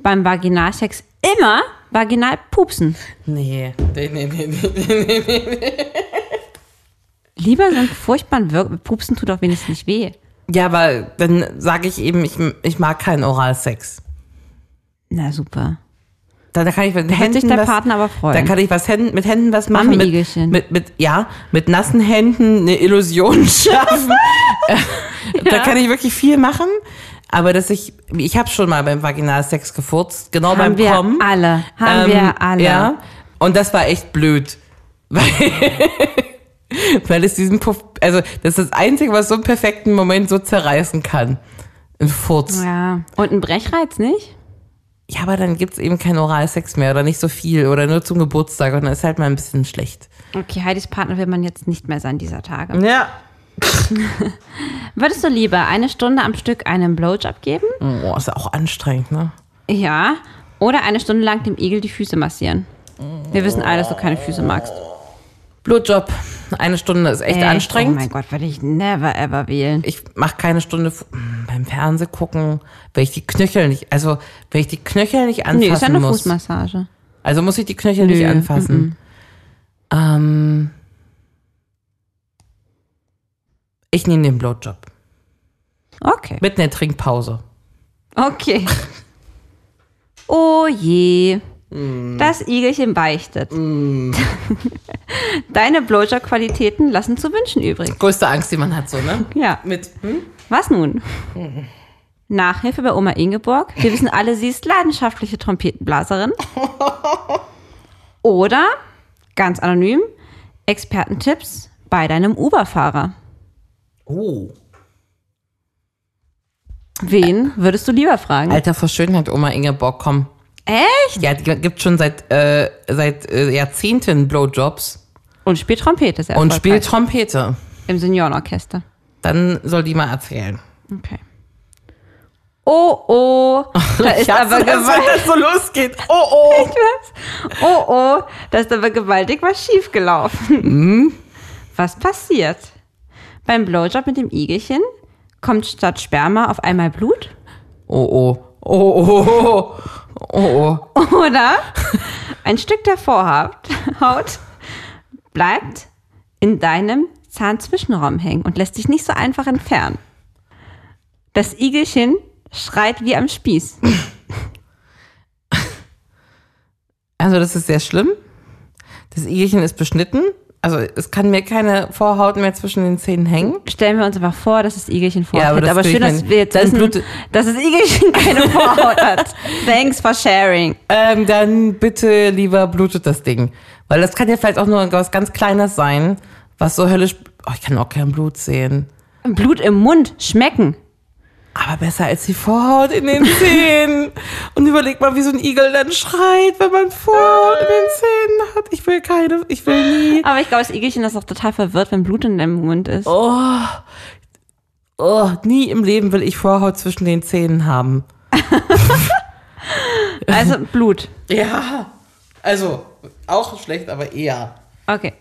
[SPEAKER 3] beim Vaginalsex immer vaginal pupsen?
[SPEAKER 4] Nee. Nee, nee, nee, nee.
[SPEAKER 3] Lieber so einen furchtbaren Wirk Pupsen tut doch wenigstens nicht weh.
[SPEAKER 4] Ja, weil dann sage ich eben, ich, ich mag keinen Oralsex.
[SPEAKER 3] Na super.
[SPEAKER 4] Da, da kann ich mit Händen
[SPEAKER 3] sich der
[SPEAKER 4] was,
[SPEAKER 3] Partner aber freuen.
[SPEAKER 4] Da kann ich was Händen, mit Händen was machen. Mit,
[SPEAKER 3] Armliegestchen.
[SPEAKER 4] mit, mit, ja, mit nassen Händen eine
[SPEAKER 3] <laughs>
[SPEAKER 4] Illusion <laughs> schaffen. Da kann ich wirklich viel machen. Aber dass ich, ich habe schon mal beim Vaginalsex gefurzt, genau
[SPEAKER 3] Haben
[SPEAKER 4] beim
[SPEAKER 3] wir
[SPEAKER 4] Kommen.
[SPEAKER 3] alle. Haben
[SPEAKER 4] Ähm,
[SPEAKER 3] wir alle.
[SPEAKER 4] Ja. Und das war echt blöd. <laughs> Weil, weil es diesen Puff, also das ist das Einzige, was so einen perfekten Moment so zerreißen kann. Ein Furz. Ja,
[SPEAKER 3] Ja. Und ein Brechreiz nicht?
[SPEAKER 4] aber dann gibt's eben keinen Oralsex mehr oder nicht so viel oder nur zum Geburtstag und dann ist halt mal ein bisschen schlecht.
[SPEAKER 3] Okay, Heidis Partner will man jetzt nicht mehr sein dieser Tage.
[SPEAKER 4] Ja.
[SPEAKER 3] Würdest du lieber eine Stunde am Stück einem Blowjob geben?
[SPEAKER 4] Boah, ist auch anstrengend, ne?
[SPEAKER 3] Ja. Oder eine Stunde lang dem Igel die Füße massieren? Wir wissen alle, dass du keine Füße magst.
[SPEAKER 4] Blutjob. Eine Stunde ist echt
[SPEAKER 3] Echt?
[SPEAKER 4] anstrengend.
[SPEAKER 3] Oh mein Gott, würde ich never ever wählen.
[SPEAKER 4] ich mache keine Stunde fu- Hm, beim Fernseh gucken, wenn ich die Knöchel nicht, also wenn ich die Knöchel nicht anfassen
[SPEAKER 3] Nee, ist ja eine
[SPEAKER 4] muss.
[SPEAKER 3] Fußmassage.
[SPEAKER 4] Also muss ich die Knöchel nicht
[SPEAKER 3] Nö,
[SPEAKER 4] anfassen. Ähm, ich nehme den Blowjob.
[SPEAKER 3] Okay.
[SPEAKER 4] Mit einer Trinkpause.
[SPEAKER 3] Okay. <laughs> Oh je.
[SPEAKER 4] Mm.
[SPEAKER 3] Das Igelchen beichtet. <laughs> Deine Blowjob-Qualitäten lassen zu wünschen übrig.
[SPEAKER 4] Größte Angst, die man hat, so, ne?
[SPEAKER 3] Ja.
[SPEAKER 4] Mit.
[SPEAKER 3] Was nun? Nachhilfe bei Oma Ingeborg. Wir wissen alle, sie ist leidenschaftliche Trompetenblaserin. Oder, ganz anonym, Expertentipps bei deinem Uber-Fahrer.
[SPEAKER 4] Oh.
[SPEAKER 3] Wen würdest du lieber fragen?
[SPEAKER 4] Alter vor Schönheit, Oma Ingeborg, komm.
[SPEAKER 3] Echt?
[SPEAKER 4] Ja, die gibt schon seit, äh, seit äh, Jahrzehnten Blowjobs
[SPEAKER 3] Und spielt Trompete sehr
[SPEAKER 4] und
[SPEAKER 3] erfolgreich
[SPEAKER 4] spielt Trompete.
[SPEAKER 3] im Seniorenorchester.
[SPEAKER 4] Dann soll die mal erzählen.
[SPEAKER 3] Okay. Oh,
[SPEAKER 4] <laughs>
[SPEAKER 3] oh, da ist
[SPEAKER 4] hasse
[SPEAKER 3] aber
[SPEAKER 4] das, wenn
[SPEAKER 3] gewaltig
[SPEAKER 4] das so losgeht. Oh, oh.
[SPEAKER 3] was. Oh, oh, da ist aber gewaltig was schiefgelaufen. Was passiert? Beim Blowjob mit dem Igelchen kommt statt Sperma auf einmal Blut? <laughs>
[SPEAKER 4] Oh, oh. Oh, oh. Oh, oh.
[SPEAKER 3] Oder ein Stück der Vorhaut Haut bleibt in deinem Zahnzwischenraum hängen und lässt sich nicht so einfach entfernen. Das Igelchen schreit wie am Spieß.
[SPEAKER 4] Also das ist sehr schlimm. Das Igelchen ist beschnitten. Also es kann mir keine Vorhaut mehr zwischen den Zähnen hängen.
[SPEAKER 3] stellen wir uns einfach vor, dass das Igelchen Vorhaut
[SPEAKER 4] Ja, aber
[SPEAKER 3] hat.
[SPEAKER 4] das
[SPEAKER 3] Aber
[SPEAKER 4] will
[SPEAKER 3] schön,
[SPEAKER 4] ich
[SPEAKER 3] dass
[SPEAKER 4] nicht.
[SPEAKER 3] wir jetzt
[SPEAKER 4] Dann
[SPEAKER 3] wissen,
[SPEAKER 4] blutet-
[SPEAKER 3] dass das Igelchen keine Vorhaut hat. Thanks for sharing.
[SPEAKER 4] Ähm, dann bitte lieber blutet das Ding. Weil das kann ja vielleicht auch nur was ganz Kleines sein, was so höllisch... Oh, ich kann auch kein Blut sehen.
[SPEAKER 3] Blut im Mund schmecken.
[SPEAKER 4] Aber besser als die Vorhaut in den <laughs> Zähnen. Und überleg mal, wie so ein Igel dann schreit, wenn man Vorhaut in den Zähnen hat. Ich will keine... Ich will nie...
[SPEAKER 3] Aber ich glaube, das Igelchen ist auch total verwirrt, wenn Blut in deinem Mund ist.
[SPEAKER 4] Oh, nie im Leben will ich Vorhaut zwischen den Zähnen haben.
[SPEAKER 3] Also Blut.
[SPEAKER 4] Ja, also auch schlecht, aber eher.
[SPEAKER 3] Okay.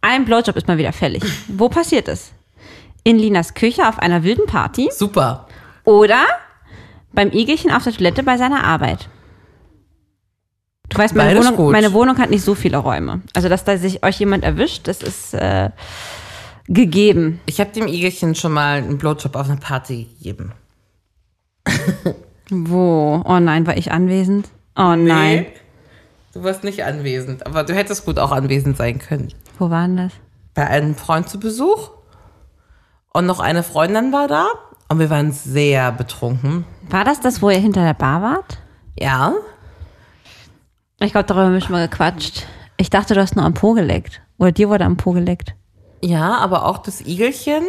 [SPEAKER 3] Ein Blowjob ist mal wieder fällig. Wo passiert es? In Linas Küche auf einer wilden Party
[SPEAKER 4] Super.
[SPEAKER 3] oder beim Igelchen auf der Toilette bei seiner Arbeit? Du weißt, meine
[SPEAKER 4] Beides
[SPEAKER 3] Wohnung,
[SPEAKER 4] gut.
[SPEAKER 3] meine Wohnung hat nicht so viele Räume. Also, dass da sich euch jemand erwischt, das ist äh, gegeben.
[SPEAKER 4] Ich habe dem Igelchen schon mal einen Blowjob auf einer Party gegeben.
[SPEAKER 3] Wo? Oh nein, war ich anwesend? Oh nein.
[SPEAKER 4] Nee, Du warst nicht anwesend, aber du hättest gut auch anwesend sein können.
[SPEAKER 3] Wo war denn das?
[SPEAKER 4] Bei einem Freund zu Besuch und noch eine Freundin war da und wir waren sehr betrunken.
[SPEAKER 3] War das das, wo ihr hinter der Bar wart?
[SPEAKER 4] Ja,
[SPEAKER 3] Ich glaube, darüber haben wir schon mal gequatscht. Ich dachte, du hast nur am Po geleckt. Oder dir wurde am Po geleckt.
[SPEAKER 4] ja, aber auch das Igelchen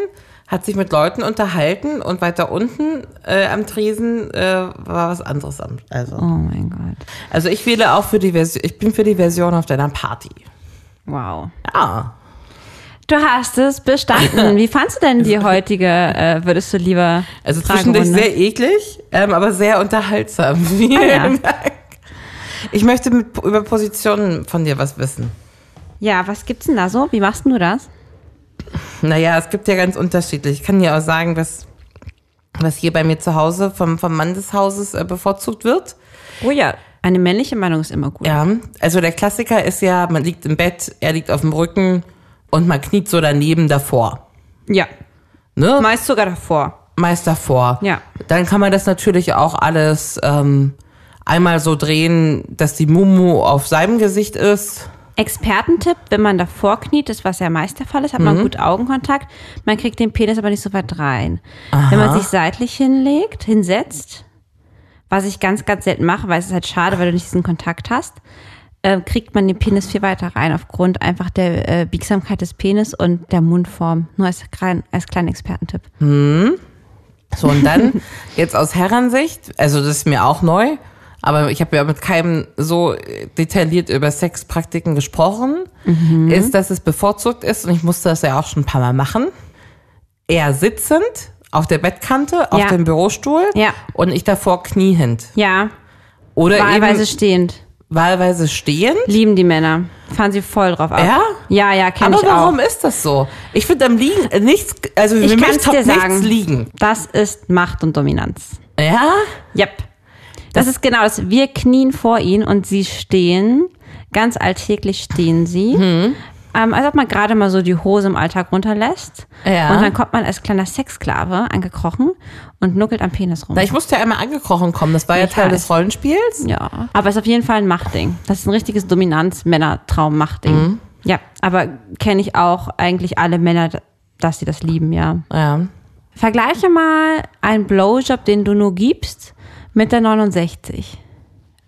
[SPEAKER 4] hat sich mit Leuten unterhalten und weiter unten äh, am Tresen äh, war was anderes. Am, also.
[SPEAKER 3] Oh mein Gott.
[SPEAKER 4] also ich wähle auch für die Version, ich bin für die Version auf deiner Party.
[SPEAKER 3] Wow.
[SPEAKER 4] Ja,
[SPEAKER 3] Du hast es <laughs> bestanden. Wie fandst du denn die heutige, äh, würdest du lieber
[SPEAKER 4] also zwischendurch
[SPEAKER 3] Fragerunde?
[SPEAKER 4] sehr eklig, ähm, aber sehr unterhaltsam. <laughs> Vielen
[SPEAKER 3] ja.
[SPEAKER 4] Dank. Ich möchte mit, über Positionen von dir was wissen.
[SPEAKER 3] Ja, was gibt's denn da so? Wie machst denn du das?
[SPEAKER 4] Naja, es gibt ja ganz unterschiedlich. Ich kann dir auch sagen, was, was hier bei mir zu Hause vom, vom Mann des Hauses äh, bevorzugt wird.
[SPEAKER 3] Oh ja. Eine männliche Meinung ist immer gut.
[SPEAKER 4] Ja, also der Klassiker ist ja, man liegt im Bett, er liegt auf dem Rücken und man kniet so daneben davor.
[SPEAKER 3] ja.
[SPEAKER 4] Ne?
[SPEAKER 3] Meist sogar davor.
[SPEAKER 4] meist davor.
[SPEAKER 3] Ja.
[SPEAKER 4] Dann kann man das natürlich auch alles ähm, einmal so drehen, dass die Mumu auf seinem Gesicht ist.
[SPEAKER 3] Expertentipp, wenn man davor kniet, ist was ja meist der Fall ist, hat man gut Augenkontakt. Man kriegt den Penis aber nicht so weit rein. Wenn man sich seitlich hinlegt, hinsetzt, was ich ganz, ganz selten mache, weil es ist halt schade, weil du nicht diesen Kontakt hast, äh, kriegt man den Penis viel weiter rein, aufgrund einfach der äh, Biegsamkeit des Penis und der Mundform. Nur als, klein, als kleinen Expertentipp.
[SPEAKER 4] So,
[SPEAKER 3] <laughs>
[SPEAKER 4] und dann jetzt aus Herrensicht, also das ist mir auch neu, aber ich habe ja mit keinem so äh, detailliert über Sexpraktiken gesprochen,
[SPEAKER 3] Mhm.
[SPEAKER 4] ist, dass es bevorzugt ist, und ich musste das ja auch schon ein paar Mal machen, eher sitzend auf der Bettkante, auf
[SPEAKER 3] Ja.
[SPEAKER 4] dem Bürostuhl
[SPEAKER 3] Ja.
[SPEAKER 4] und ich davor kniehend.
[SPEAKER 3] Ja,
[SPEAKER 4] Oder
[SPEAKER 3] wahlweise
[SPEAKER 4] eben
[SPEAKER 3] stehend.
[SPEAKER 4] wahlweise stehend.
[SPEAKER 3] Lieben die Männer. Fahren sie voll drauf ab.
[SPEAKER 4] Ja?
[SPEAKER 3] Ja, ja, kenn
[SPEAKER 4] Aber
[SPEAKER 3] ich auch.
[SPEAKER 4] warum ist das so? Ich finde am Liegen äh, nichts, also
[SPEAKER 3] Ich
[SPEAKER 4] für mich
[SPEAKER 3] kann's
[SPEAKER 4] top
[SPEAKER 3] dir sagen.
[SPEAKER 4] nichts liegen.
[SPEAKER 3] Das ist Macht und Dominanz.
[SPEAKER 4] Ja?
[SPEAKER 3] Yep. Das ist genau das. Wir knien vor ihnen und sie stehen. Ganz alltäglich stehen sie.
[SPEAKER 4] Hm.
[SPEAKER 3] Ähm, als ob man gerade mal so die Hose im Alltag runterlässt.
[SPEAKER 4] Ja.
[SPEAKER 3] Und dann kommt man als kleiner Sexsklave angekrochen und nuckelt am Penis rum.
[SPEAKER 4] Na, ich musste ja einmal angekrochen kommen, das war ja
[SPEAKER 3] Ich
[SPEAKER 4] Teil
[SPEAKER 3] weiß.
[SPEAKER 4] des Rollenspiels.
[SPEAKER 3] ja. Aber es ist auf jeden Fall ein Machtding. Das ist ein richtiges Dominanz-Männer-Traum-Machtding.
[SPEAKER 4] Mhm.
[SPEAKER 3] Ja, aber kenne ich auch eigentlich alle Männer, dass sie das lieben, ja.
[SPEAKER 4] Ja.
[SPEAKER 3] Vergleiche mal einen Blowjob, den du nur gibst, mit der 69.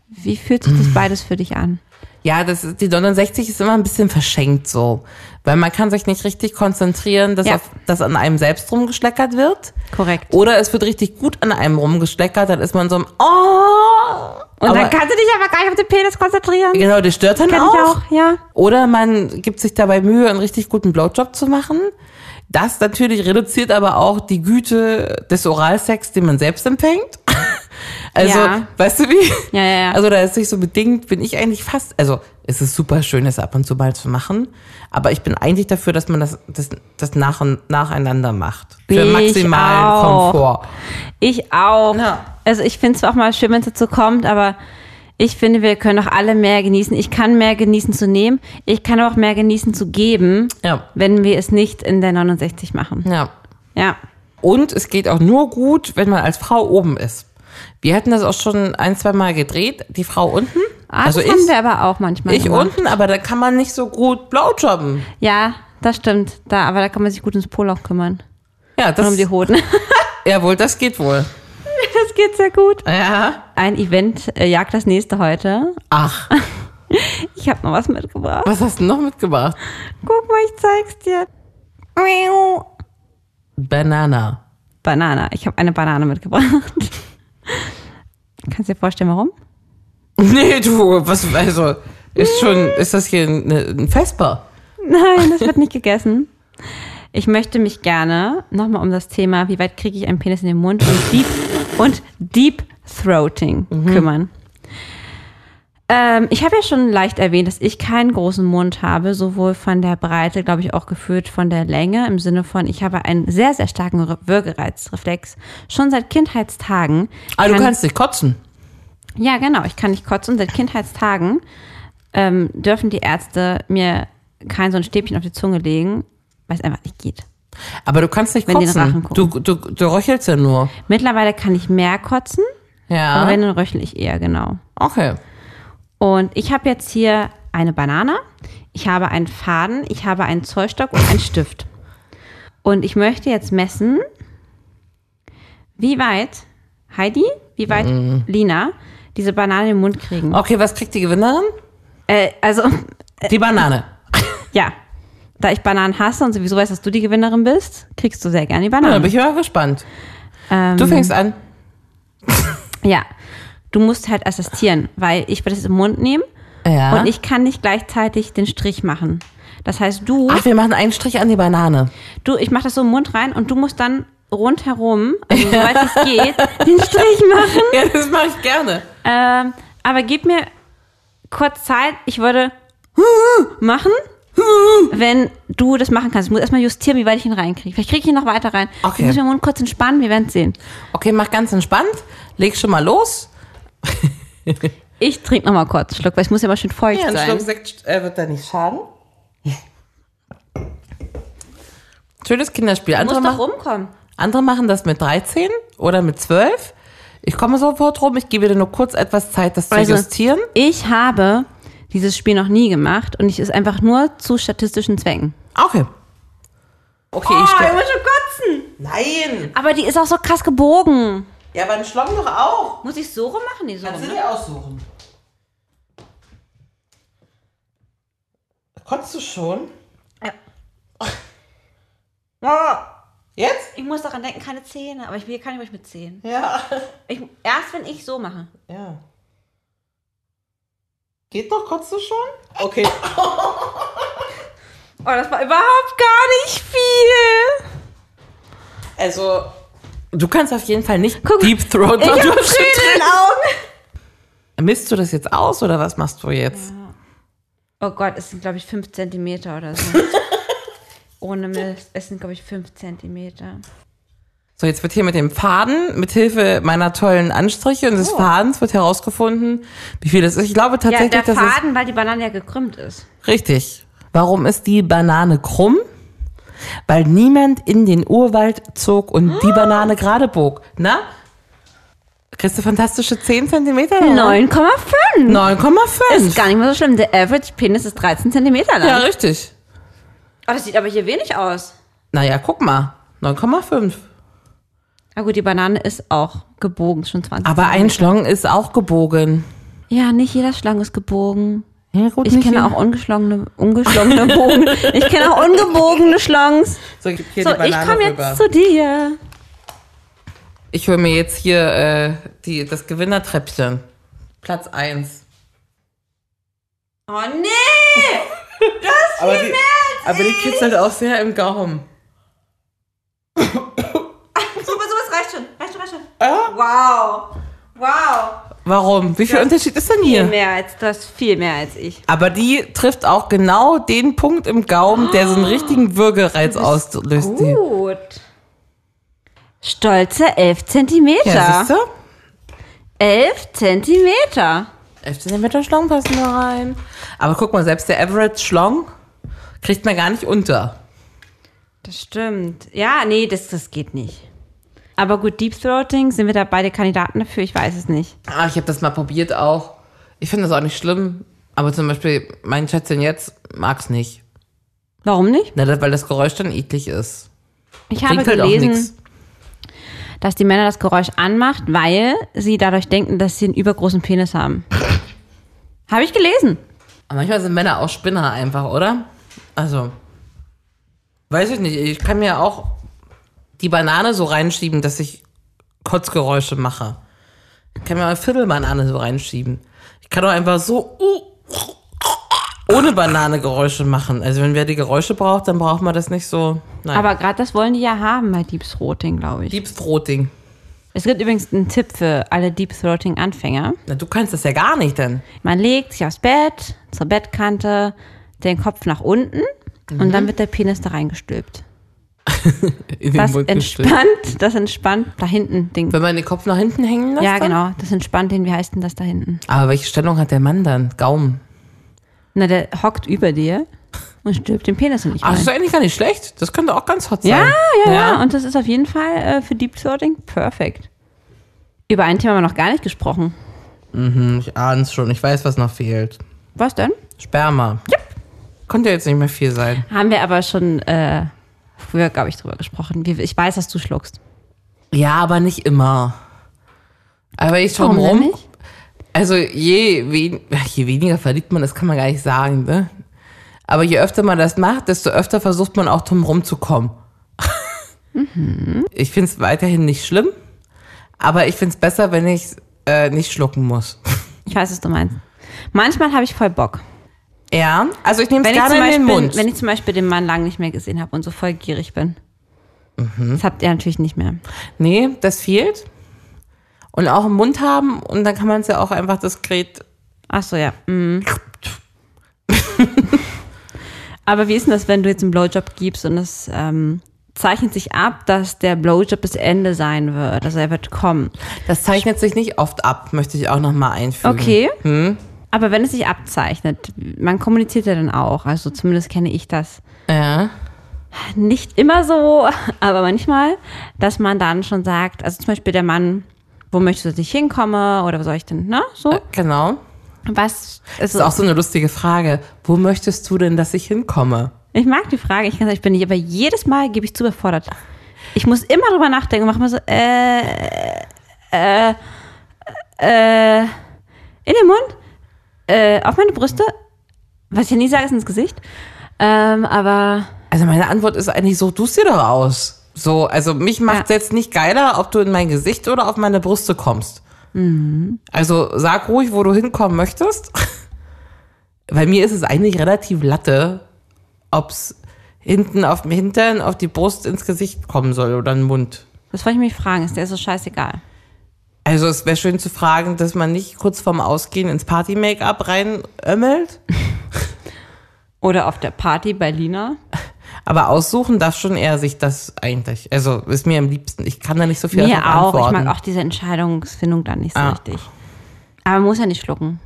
[SPEAKER 3] Wie fühlt sich
[SPEAKER 4] Mhm.
[SPEAKER 3] das beides für dich an?
[SPEAKER 4] Ja, das ist, die 69 ist immer ein bisschen verschenkt so. Weil man kann sich nicht richtig konzentrieren, dass,
[SPEAKER 3] Ja.
[SPEAKER 4] auf, dass an einem selbst rumgeschleckert wird.
[SPEAKER 3] Korrekt.
[SPEAKER 4] Oder es wird richtig gut an einem rumgeschleckert, dann ist man so ein Oh!
[SPEAKER 3] Und
[SPEAKER 4] aber,
[SPEAKER 3] dann kannst du dich aber gar nicht auf den Penis konzentrieren.
[SPEAKER 4] Genau, das stört dann
[SPEAKER 3] Kenn ich
[SPEAKER 4] auch.
[SPEAKER 3] auch, ja.
[SPEAKER 4] Oder man gibt sich dabei Mühe, einen richtig guten Blowjob zu machen. Das natürlich reduziert aber auch die Güte des Oralsex, den man selbst empfängt. <laughs> Also,
[SPEAKER 3] Ja.
[SPEAKER 4] weißt du wie?
[SPEAKER 3] Ja, ja, ja.
[SPEAKER 4] Also, da ist sich so bedingt, bin ich eigentlich fast, also, es ist super schön, das ab und zu mal zu machen. Aber ich bin eigentlich dafür, dass man das, das, das nach und, nacheinander macht. Für
[SPEAKER 3] Ich
[SPEAKER 4] maximalen
[SPEAKER 3] auch.
[SPEAKER 4] Komfort.
[SPEAKER 3] Ich auch.
[SPEAKER 4] Ja.
[SPEAKER 3] Also ich finde es auch mal schön, wenn es dazu kommt, aber ich finde, wir können auch alle mehr genießen. Ich kann mehr genießen zu nehmen. Ich kann aber auch mehr genießen zu geben,
[SPEAKER 4] Ja.
[SPEAKER 3] wenn wir es nicht in der 69 machen.
[SPEAKER 4] Ja.
[SPEAKER 3] Ja.
[SPEAKER 4] Und es geht auch nur gut, wenn man als Frau oben ist. Wir hatten das auch schon ein, zwei Mal gedreht, die Frau unten.
[SPEAKER 3] Ah,
[SPEAKER 4] also
[SPEAKER 3] das
[SPEAKER 4] ich,
[SPEAKER 3] haben wir aber auch manchmal.
[SPEAKER 4] ich
[SPEAKER 3] gemacht.
[SPEAKER 4] unten, aber da kann man nicht so gut blowjobben.
[SPEAKER 3] Ja, das stimmt. Da, aber da kann man sich gut ins Poloch kümmern.
[SPEAKER 4] Ja,
[SPEAKER 3] Und
[SPEAKER 4] das,
[SPEAKER 3] um die
[SPEAKER 4] <laughs>
[SPEAKER 3] Hoden.
[SPEAKER 4] jawohl, das geht wohl.
[SPEAKER 3] Das geht sehr gut.
[SPEAKER 4] Ja.
[SPEAKER 3] Ein Event äh, jagt das nächste heute.
[SPEAKER 4] Ach,
[SPEAKER 3] Ich habe noch was mitgebracht.
[SPEAKER 4] was hast du noch mitgebracht?
[SPEAKER 3] Guck mal, ich zeig's dir. Miau.
[SPEAKER 4] Banana. <laughs>
[SPEAKER 3] Banane. Ich habe eine Banane mitgebracht. <laughs> Kannst dir vorstellen, warum?
[SPEAKER 4] Nee, du, was, also, ist schon, ist das hier ein, ein Vesper?
[SPEAKER 3] Nein, das wird nicht gegessen. Ich möchte mich gerne nochmal um das Thema, wie weit kriege ich einen Penis in den Mund und Deep, und Deep Throating
[SPEAKER 4] Mhm.
[SPEAKER 3] kümmern. Ähm, ich habe ja schon leicht erwähnt, dass ich keinen großen Mund habe, sowohl von der Breite, glaube ich, auch geführt von der Länge, im Sinne von, ich habe einen sehr, sehr starken Re- Würgereizreflex. Schon seit Kindheitstagen.
[SPEAKER 4] Ah, du
[SPEAKER 3] kann-
[SPEAKER 4] kannst nicht kotzen.
[SPEAKER 3] ja, genau. Ich kann nicht kotzen. Seit Kindheitstagen ähm, dürfen die Ärzte mir kein so ein Stäbchen auf die Zunge legen, weil es einfach nicht geht.
[SPEAKER 4] Aber du kannst nicht
[SPEAKER 3] Wenn die nach Rachen
[SPEAKER 4] kotzen. Du,
[SPEAKER 3] gucken.
[SPEAKER 4] du, du röchelst ja nur.
[SPEAKER 3] Mittlerweile kann ich mehr kotzen, aber wenn,
[SPEAKER 4] Ja.
[SPEAKER 3] dann röchel ich eher, genau.
[SPEAKER 4] Okay.
[SPEAKER 3] Und ich habe jetzt hier eine Banane, ich habe einen Faden, ich habe einen Zollstock und einen Stift. Und ich möchte jetzt messen, wie weit Heidi, wie weit Lina diese Banane im Mund kriegen.
[SPEAKER 4] Okay, was kriegt die Gewinnerin?
[SPEAKER 3] Äh, also,
[SPEAKER 4] Die Banane.
[SPEAKER 3] ja. Da ich Bananen hasse und sowieso weiß, dass du die Gewinnerin bist, kriegst du sehr gerne die
[SPEAKER 4] Ja, Ähm, da
[SPEAKER 3] Banane.
[SPEAKER 4] bin ich mal gespannt. du fängst an.
[SPEAKER 3] Ja. Du musst halt assistieren, weil ich werde es im Mund nehmen
[SPEAKER 4] Ja.
[SPEAKER 3] und ich kann nicht gleichzeitig den Strich machen. Das heißt, du,
[SPEAKER 4] Ach, wir machen einen Strich an die Banane.
[SPEAKER 3] du ich mache das so im Mund rein und du musst dann rundherum, also soweit es
[SPEAKER 4] <laughs>
[SPEAKER 3] geht, den Strich machen.
[SPEAKER 4] <laughs> Ja, das mache ich gerne.
[SPEAKER 3] Ähm, aber gib mir kurz Zeit, ich würde machen, wenn du das machen kannst. Ich muss erstmal justieren, wie weit ich ihn reinkriege. Vielleicht kriege ich ihn noch weiter rein.
[SPEAKER 4] Okay.
[SPEAKER 3] Ich muss den Mund kurz entspannen, wir werden es sehen.
[SPEAKER 4] Okay, mach ganz entspannt. Leg schon mal los.
[SPEAKER 3] Ich trinke nochmal kurz einen Schluck, weil ich muss ja mal schön feucht
[SPEAKER 4] Ja, ein
[SPEAKER 3] sein.
[SPEAKER 4] Schluck Sekt äh, wird da nicht schaden. Schönes Kinderspiel.
[SPEAKER 3] Du
[SPEAKER 4] Andere,
[SPEAKER 3] musst doch um.
[SPEAKER 4] mach,
[SPEAKER 3] rumkommen.
[SPEAKER 4] andere machen das mit 13 oder mit 12. Ich komme sofort rum. Ich gebe dir nur kurz etwas Zeit, das
[SPEAKER 3] Also,
[SPEAKER 4] zu justieren.
[SPEAKER 3] Ich habe dieses Spiel noch nie gemacht und ich es einfach nur zu statistischen Zwecken.
[SPEAKER 4] Okay. Okay, Oh, ich stelle.
[SPEAKER 3] schon kotzen.
[SPEAKER 4] Nein!
[SPEAKER 3] Aber die ist auch so krass gebogen.
[SPEAKER 4] Ja, aber ein Schlong doch auch.
[SPEAKER 3] Muss ich so rummachen, die so?
[SPEAKER 4] Kannst du dir aussuchen. Konntest du schon?
[SPEAKER 3] Ja.
[SPEAKER 4] <laughs> Ah, Jetzt?
[SPEAKER 3] Ich muss daran denken, keine Zähne. Aber ich will kann ich mich mit Zähnen.
[SPEAKER 4] Ja.
[SPEAKER 3] Ich, erst wenn ich so mache.
[SPEAKER 4] <laughs> Ja. Geht doch, konntest du schon? Okay.
[SPEAKER 3] Oh, das war überhaupt gar nicht viel.
[SPEAKER 4] Also, du kannst auf jeden Fall nicht
[SPEAKER 3] Guck,
[SPEAKER 4] Deep Throat
[SPEAKER 3] Ich hab
[SPEAKER 4] Natur
[SPEAKER 3] Tränen in den Augen.
[SPEAKER 4] <laughs> Misst du das jetzt aus oder was machst du jetzt?
[SPEAKER 3] Oh Gott, es sind, glaube ich, 5 Zentimeter oder <laughs> so. Ohne Mist. Es sind, glaube ich, 5 Zentimeter.
[SPEAKER 4] So, jetzt wird hier mit dem Faden, mit Hilfe meiner tollen Anstriche und des Fadens wird herausgefunden, wie viel das ist. Ich glaube
[SPEAKER 3] Ja,
[SPEAKER 4] tatsächlich,
[SPEAKER 3] der
[SPEAKER 4] dass es
[SPEAKER 3] Faden, weil die Banane ja gekrümmt ist.
[SPEAKER 4] Richtig. Warum ist die Banane krumm? Weil niemand in den Urwald zog und die
[SPEAKER 3] Ah.
[SPEAKER 4] Banane gerade bog. Na? Kriegst du fantastische 10 cm?
[SPEAKER 3] 9,5.
[SPEAKER 4] 9,5.
[SPEAKER 3] Ist gar nicht mal so schlimm. Der Average Penis ist 13 Zentimeter lang.
[SPEAKER 4] Ja, richtig.
[SPEAKER 3] Oh, das sieht aber hier wenig aus.
[SPEAKER 4] Naja, guck mal. 9,5.
[SPEAKER 3] Na Ah, gut, die Banane ist auch gebogen, schon 20.
[SPEAKER 4] Aber ein Schlong ist auch gebogen.
[SPEAKER 3] ja, nicht jeder Schlang ist gebogen.
[SPEAKER 4] Ja, gut,
[SPEAKER 3] Ich
[SPEAKER 4] nicht
[SPEAKER 3] kenne
[SPEAKER 4] jeder.
[SPEAKER 3] auch ungeschlungene, ungeschlungene Bogen. Ich kenne auch ungebogene Schlongs.
[SPEAKER 4] So, ich,
[SPEAKER 3] So, ich komme jetzt zu dir.
[SPEAKER 4] Ich hole mir jetzt hier äh, die, das Gewinnertreppchen. Platz 1.
[SPEAKER 3] Oh nee!
[SPEAKER 4] Aber die, aber die kitzelt auch sehr im Gaumen.
[SPEAKER 3] Super, sowas reicht schon. Reicht schon, reicht schon.
[SPEAKER 4] Ah.
[SPEAKER 3] Wow. Wow.
[SPEAKER 4] Warum? Wie viel Unterschied ist denn hier?
[SPEAKER 3] Viel mehr als, du hast viel mehr als ich.
[SPEAKER 4] Aber die trifft auch genau den Punkt im Gaumen, der so einen richtigen Würgereiz auslöst. Die.
[SPEAKER 3] Gut. Stolze 11 Zentimeter.
[SPEAKER 4] Ja, siehst du?
[SPEAKER 3] 11 Zentimeter.
[SPEAKER 4] 11 cm Schlong passen da rein. Aber guck mal, selbst der Average Schlong kriegt man gar nicht unter.
[SPEAKER 3] Das stimmt. Ja, nee, das, das geht nicht. Aber gut, Deep Throating, sind wir da beide Kandidaten dafür? Ich weiß es nicht.
[SPEAKER 4] Ah, ich habe das mal probiert auch. Ich finde das auch nicht schlimm. Aber zum Beispiel, mein Schätzchen jetzt mag's nicht.
[SPEAKER 3] Warum nicht?
[SPEAKER 4] Na, das- weil das Geräusch dann eklig ist.
[SPEAKER 3] Ich habe
[SPEAKER 4] Bringt halt auch
[SPEAKER 3] gelesen,
[SPEAKER 4] nix.
[SPEAKER 3] dass die Männer das Geräusch anmacht, weil sie dadurch denken, dass sie einen übergroßen Penis haben.
[SPEAKER 4] <laughs>
[SPEAKER 3] habe ich gelesen.
[SPEAKER 4] Aber manchmal sind Männer auch Spinner einfach, oder? Also, weiß ich nicht. Ich kann mir auch die Banane so reinschieben, dass ich Kotzgeräusche mache. Ich kann mir eine Viertelbanane so reinschieben. Ich kann auch einfach so uh, ohne Banane Geräusche machen. Also, wenn wer die Geräusche braucht, dann braucht man das nicht so. Nein.
[SPEAKER 3] Aber gerade das wollen die ja haben bei Deep Throating, glaube ich.
[SPEAKER 4] Deep Throating.
[SPEAKER 3] Es gibt übrigens einen Tipp für alle Deep Throating-Anfänger.
[SPEAKER 4] Na, du kannst das ja gar nicht, denn.
[SPEAKER 3] Man legt sich aufs Bett, zur Bettkante, den Kopf nach unten
[SPEAKER 4] Mhm.
[SPEAKER 3] und dann wird der Penis da reingestülpt.
[SPEAKER 4] In den
[SPEAKER 3] Das
[SPEAKER 4] Mund
[SPEAKER 3] entspannt,
[SPEAKER 4] gestellt.
[SPEAKER 3] das entspannt da hinten den.
[SPEAKER 4] Wenn man den Kopf nach hinten hängen lässt?
[SPEAKER 3] Ja,
[SPEAKER 4] dann?
[SPEAKER 3] genau, das entspannt den, wie heißt denn das da hinten?
[SPEAKER 4] Aber welche Stellung hat der Mann dann? Gaumen.
[SPEAKER 3] Na, der hockt über dir und stülpt den Penis in dich
[SPEAKER 4] Ach, das
[SPEAKER 3] rein.
[SPEAKER 4] ist eigentlich gar nicht schlecht. Das könnte auch ganz hot sein.
[SPEAKER 3] Ja, ja, ja, Und das ist auf jeden Fall äh, für Deep Throating perfekt. Über ein Thema haben wir noch gar nicht gesprochen.
[SPEAKER 4] Ich ahne es schon. Ich weiß, was noch fehlt.
[SPEAKER 3] Was denn?
[SPEAKER 4] Sperma. Konnte ja jetzt nicht mehr viel sein.
[SPEAKER 3] Haben wir aber schon äh, früher, glaube ich, drüber gesprochen. Wie- Ich weiß, dass du schluckst.
[SPEAKER 4] Ja, aber nicht immer. Aber ich
[SPEAKER 3] Warum
[SPEAKER 4] schon
[SPEAKER 3] denn
[SPEAKER 4] rum.
[SPEAKER 3] nicht?
[SPEAKER 4] Also je, wen, ach, je weniger verliebt man ist, kann man gar nicht sagen, ne? Aber je öfter man das macht, desto öfter versucht man auch drum <laughs> rumzukommen. Ich find's weiterhin nicht schlimm, aber ich find's besser, wenn ich äh, nicht schlucken muss.
[SPEAKER 3] Ich weiß, was du meinst. Manchmal habe ich voll Bock.
[SPEAKER 4] Ja, also ich nehme es
[SPEAKER 3] Wenn ich,
[SPEAKER 4] gerne
[SPEAKER 3] zum
[SPEAKER 4] in
[SPEAKER 3] Beispiel,
[SPEAKER 4] den Mund.
[SPEAKER 3] wenn ich zum Beispiel den Mann lange nicht mehr gesehen habe und so voll gierig bin.
[SPEAKER 4] Mhm.
[SPEAKER 3] Das habt ihr natürlich nicht mehr.
[SPEAKER 4] nee, das fehlt. Und auch im Mund haben und dann kann man es ja auch einfach diskret
[SPEAKER 3] Ach so, ja. Mhm. <laughs> Aber wie ist denn das, wenn du jetzt einen Blowjob gibst und es ähm, zeichnet sich ab, dass der Blowjob bis Ende sein wird? Also er wird kommen.
[SPEAKER 4] Das zeichnet sich nicht oft ab, möchte ich auch nochmal einfügen.
[SPEAKER 3] Okay. Aber wenn es sich abzeichnet, man kommuniziert ja dann auch. Also zumindest kenne ich das.
[SPEAKER 4] Ja.
[SPEAKER 3] Nicht immer so, aber manchmal, dass man dann schon sagt, also zum Beispiel der Mann, wo möchtest du, dass ich hinkomme oder wo soll ich denn, ne? So.
[SPEAKER 4] Genau.
[SPEAKER 3] Was also
[SPEAKER 4] Das ist auch so eine lustige Frage. Wo möchtest du denn, dass ich hinkomme?
[SPEAKER 3] Ich mag die Frage, ich kann sagen, ich bin nicht, aber jedes Mal gebe ich zu überfordert. Ich muss immer drüber nachdenken und mache mir so, äh, äh, äh, in den Mund, äh, auf meine Brüste. Was ich ja nie sage, ist ins Gesicht. Ähm, aber
[SPEAKER 4] Also meine Antwort ist eigentlich, such du es dir doch aus. So, also mich macht
[SPEAKER 3] Ja.
[SPEAKER 4] jetzt nicht geiler, ob du in mein Gesicht oder auf meine Brüste kommst.
[SPEAKER 3] Mhm.
[SPEAKER 4] Also sag ruhig, wo du hinkommen möchtest. <laughs> Bei mir ist es eigentlich relativ latte, ob's hinten auf dem Hintern, auf die Brust, ins Gesicht kommen soll oder in den Mund.
[SPEAKER 3] das wollte ich mich fragen, ist der so scheißegal.
[SPEAKER 4] Also es wäre schön zu fragen, dass man nicht kurz vorm Ausgehen ins Party-Make-up reinömmelt.
[SPEAKER 3] Oder auf der Party bei Lina.
[SPEAKER 4] Aber aussuchen darf schon eher sich das eigentlich. Also ist mir am liebsten. Ich kann da nicht so viel
[SPEAKER 3] Mir
[SPEAKER 4] drauf
[SPEAKER 3] auch.
[SPEAKER 4] antworten.
[SPEAKER 3] Ich mag auch diese Entscheidungsfindung dann nicht so
[SPEAKER 4] Ah.
[SPEAKER 3] richtig. Aber man muss ja nicht schlucken.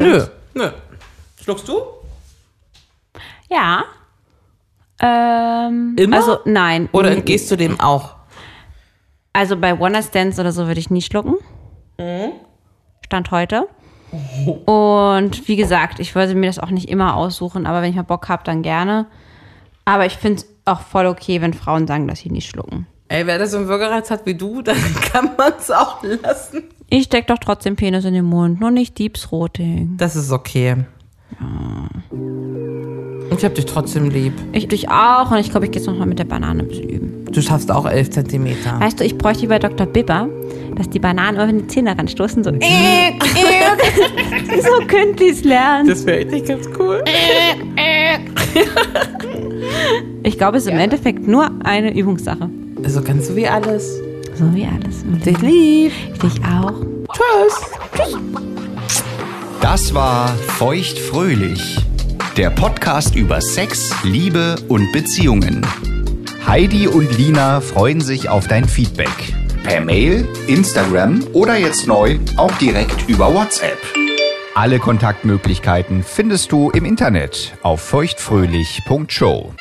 [SPEAKER 4] Nö, nö. Schluckst du?
[SPEAKER 3] Ja. Ähm,
[SPEAKER 4] Immer?
[SPEAKER 3] Also nein.
[SPEAKER 4] Oder
[SPEAKER 3] Nee.
[SPEAKER 4] entgehst du dem auch?
[SPEAKER 3] Also bei One Night Stands oder so würde ich nie schlucken. Stand heute. Und wie gesagt, ich würde mir das auch nicht immer aussuchen, aber wenn ich mal Bock habe, dann gerne. Aber ich finde es auch voll okay, wenn Frauen sagen, dass sie nicht schlucken.
[SPEAKER 4] Ey, wer das so einen Würgereiz hat wie du, <laughs> dann kann man es auch lassen.
[SPEAKER 3] Ich stecke doch trotzdem Penis in den Mund, nur nicht Deeps Roting.
[SPEAKER 4] Das ist okay. Ich hab dich trotzdem lieb.
[SPEAKER 3] Ich dich auch und ich glaube, ich gehe jetzt nochmal mit der Banane ein bisschen üben.
[SPEAKER 4] Du schaffst auch elf Zentimeter.
[SPEAKER 3] Weißt du, ich bräuchte wie bei Dr. Bibber, dass die Bananen immer in die Zähne ranstoßen, so, <laughs> so könnt ihr es lernen.
[SPEAKER 4] Das wäre eigentlich ganz cool.
[SPEAKER 3] Ich glaube, es ist im Endeffekt nur eine Übungssache.
[SPEAKER 4] Also ganz so wie alles.
[SPEAKER 3] So wie alles. Und
[SPEAKER 4] Dich lieb.
[SPEAKER 3] Ich dich auch.
[SPEAKER 4] Tschüss.
[SPEAKER 2] Das war Feucht fröhlich, der Podcast über Sex, Liebe und Beziehungen.
[SPEAKER 1] Heidi und Lina freuen sich auf dein Feedback.
[SPEAKER 2] Per Mail, Instagram oder jetzt neu auch direkt über WhatsApp.
[SPEAKER 1] Alle Kontaktmöglichkeiten findest du im Internet auf feuchtfröhlich.show.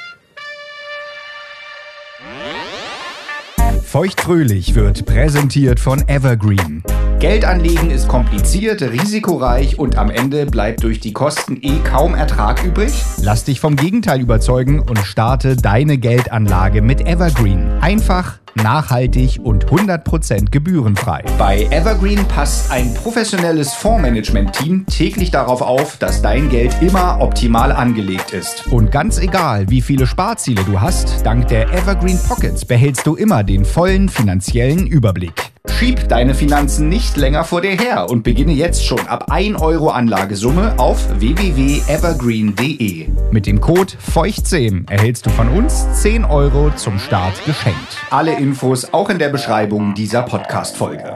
[SPEAKER 1] Feuchtfröhlich wird präsentiert von Evergreen.
[SPEAKER 2] Geldanlegen ist kompliziert, risikoreich und am Ende bleibt durch die Kosten eh kaum Ertrag übrig?
[SPEAKER 1] Lass dich vom Gegenteil überzeugen und starte deine Geldanlage mit Evergreen. Einfach, nachhaltig und 100% gebührenfrei.
[SPEAKER 2] Bei Evergreen passt ein professionelles Fondsmanagement-Team täglich darauf auf, dass dein Geld immer optimal angelegt ist.
[SPEAKER 1] Und ganz egal, wie viele Sparziele du hast, dank der Evergreen Pockets behältst du immer den vollen finanziellen Überblick.
[SPEAKER 2] Schieb deine Finanzen nicht länger vor dir her und beginne jetzt schon ab 1 Euro Anlagesumme auf www.evergreen.de.
[SPEAKER 1] Mit dem Code FEUCHT10 erhältst du von uns 10 Euro zum Start geschenkt.
[SPEAKER 2] Alle Infos auch in der Beschreibung dieser Podcast-Folge.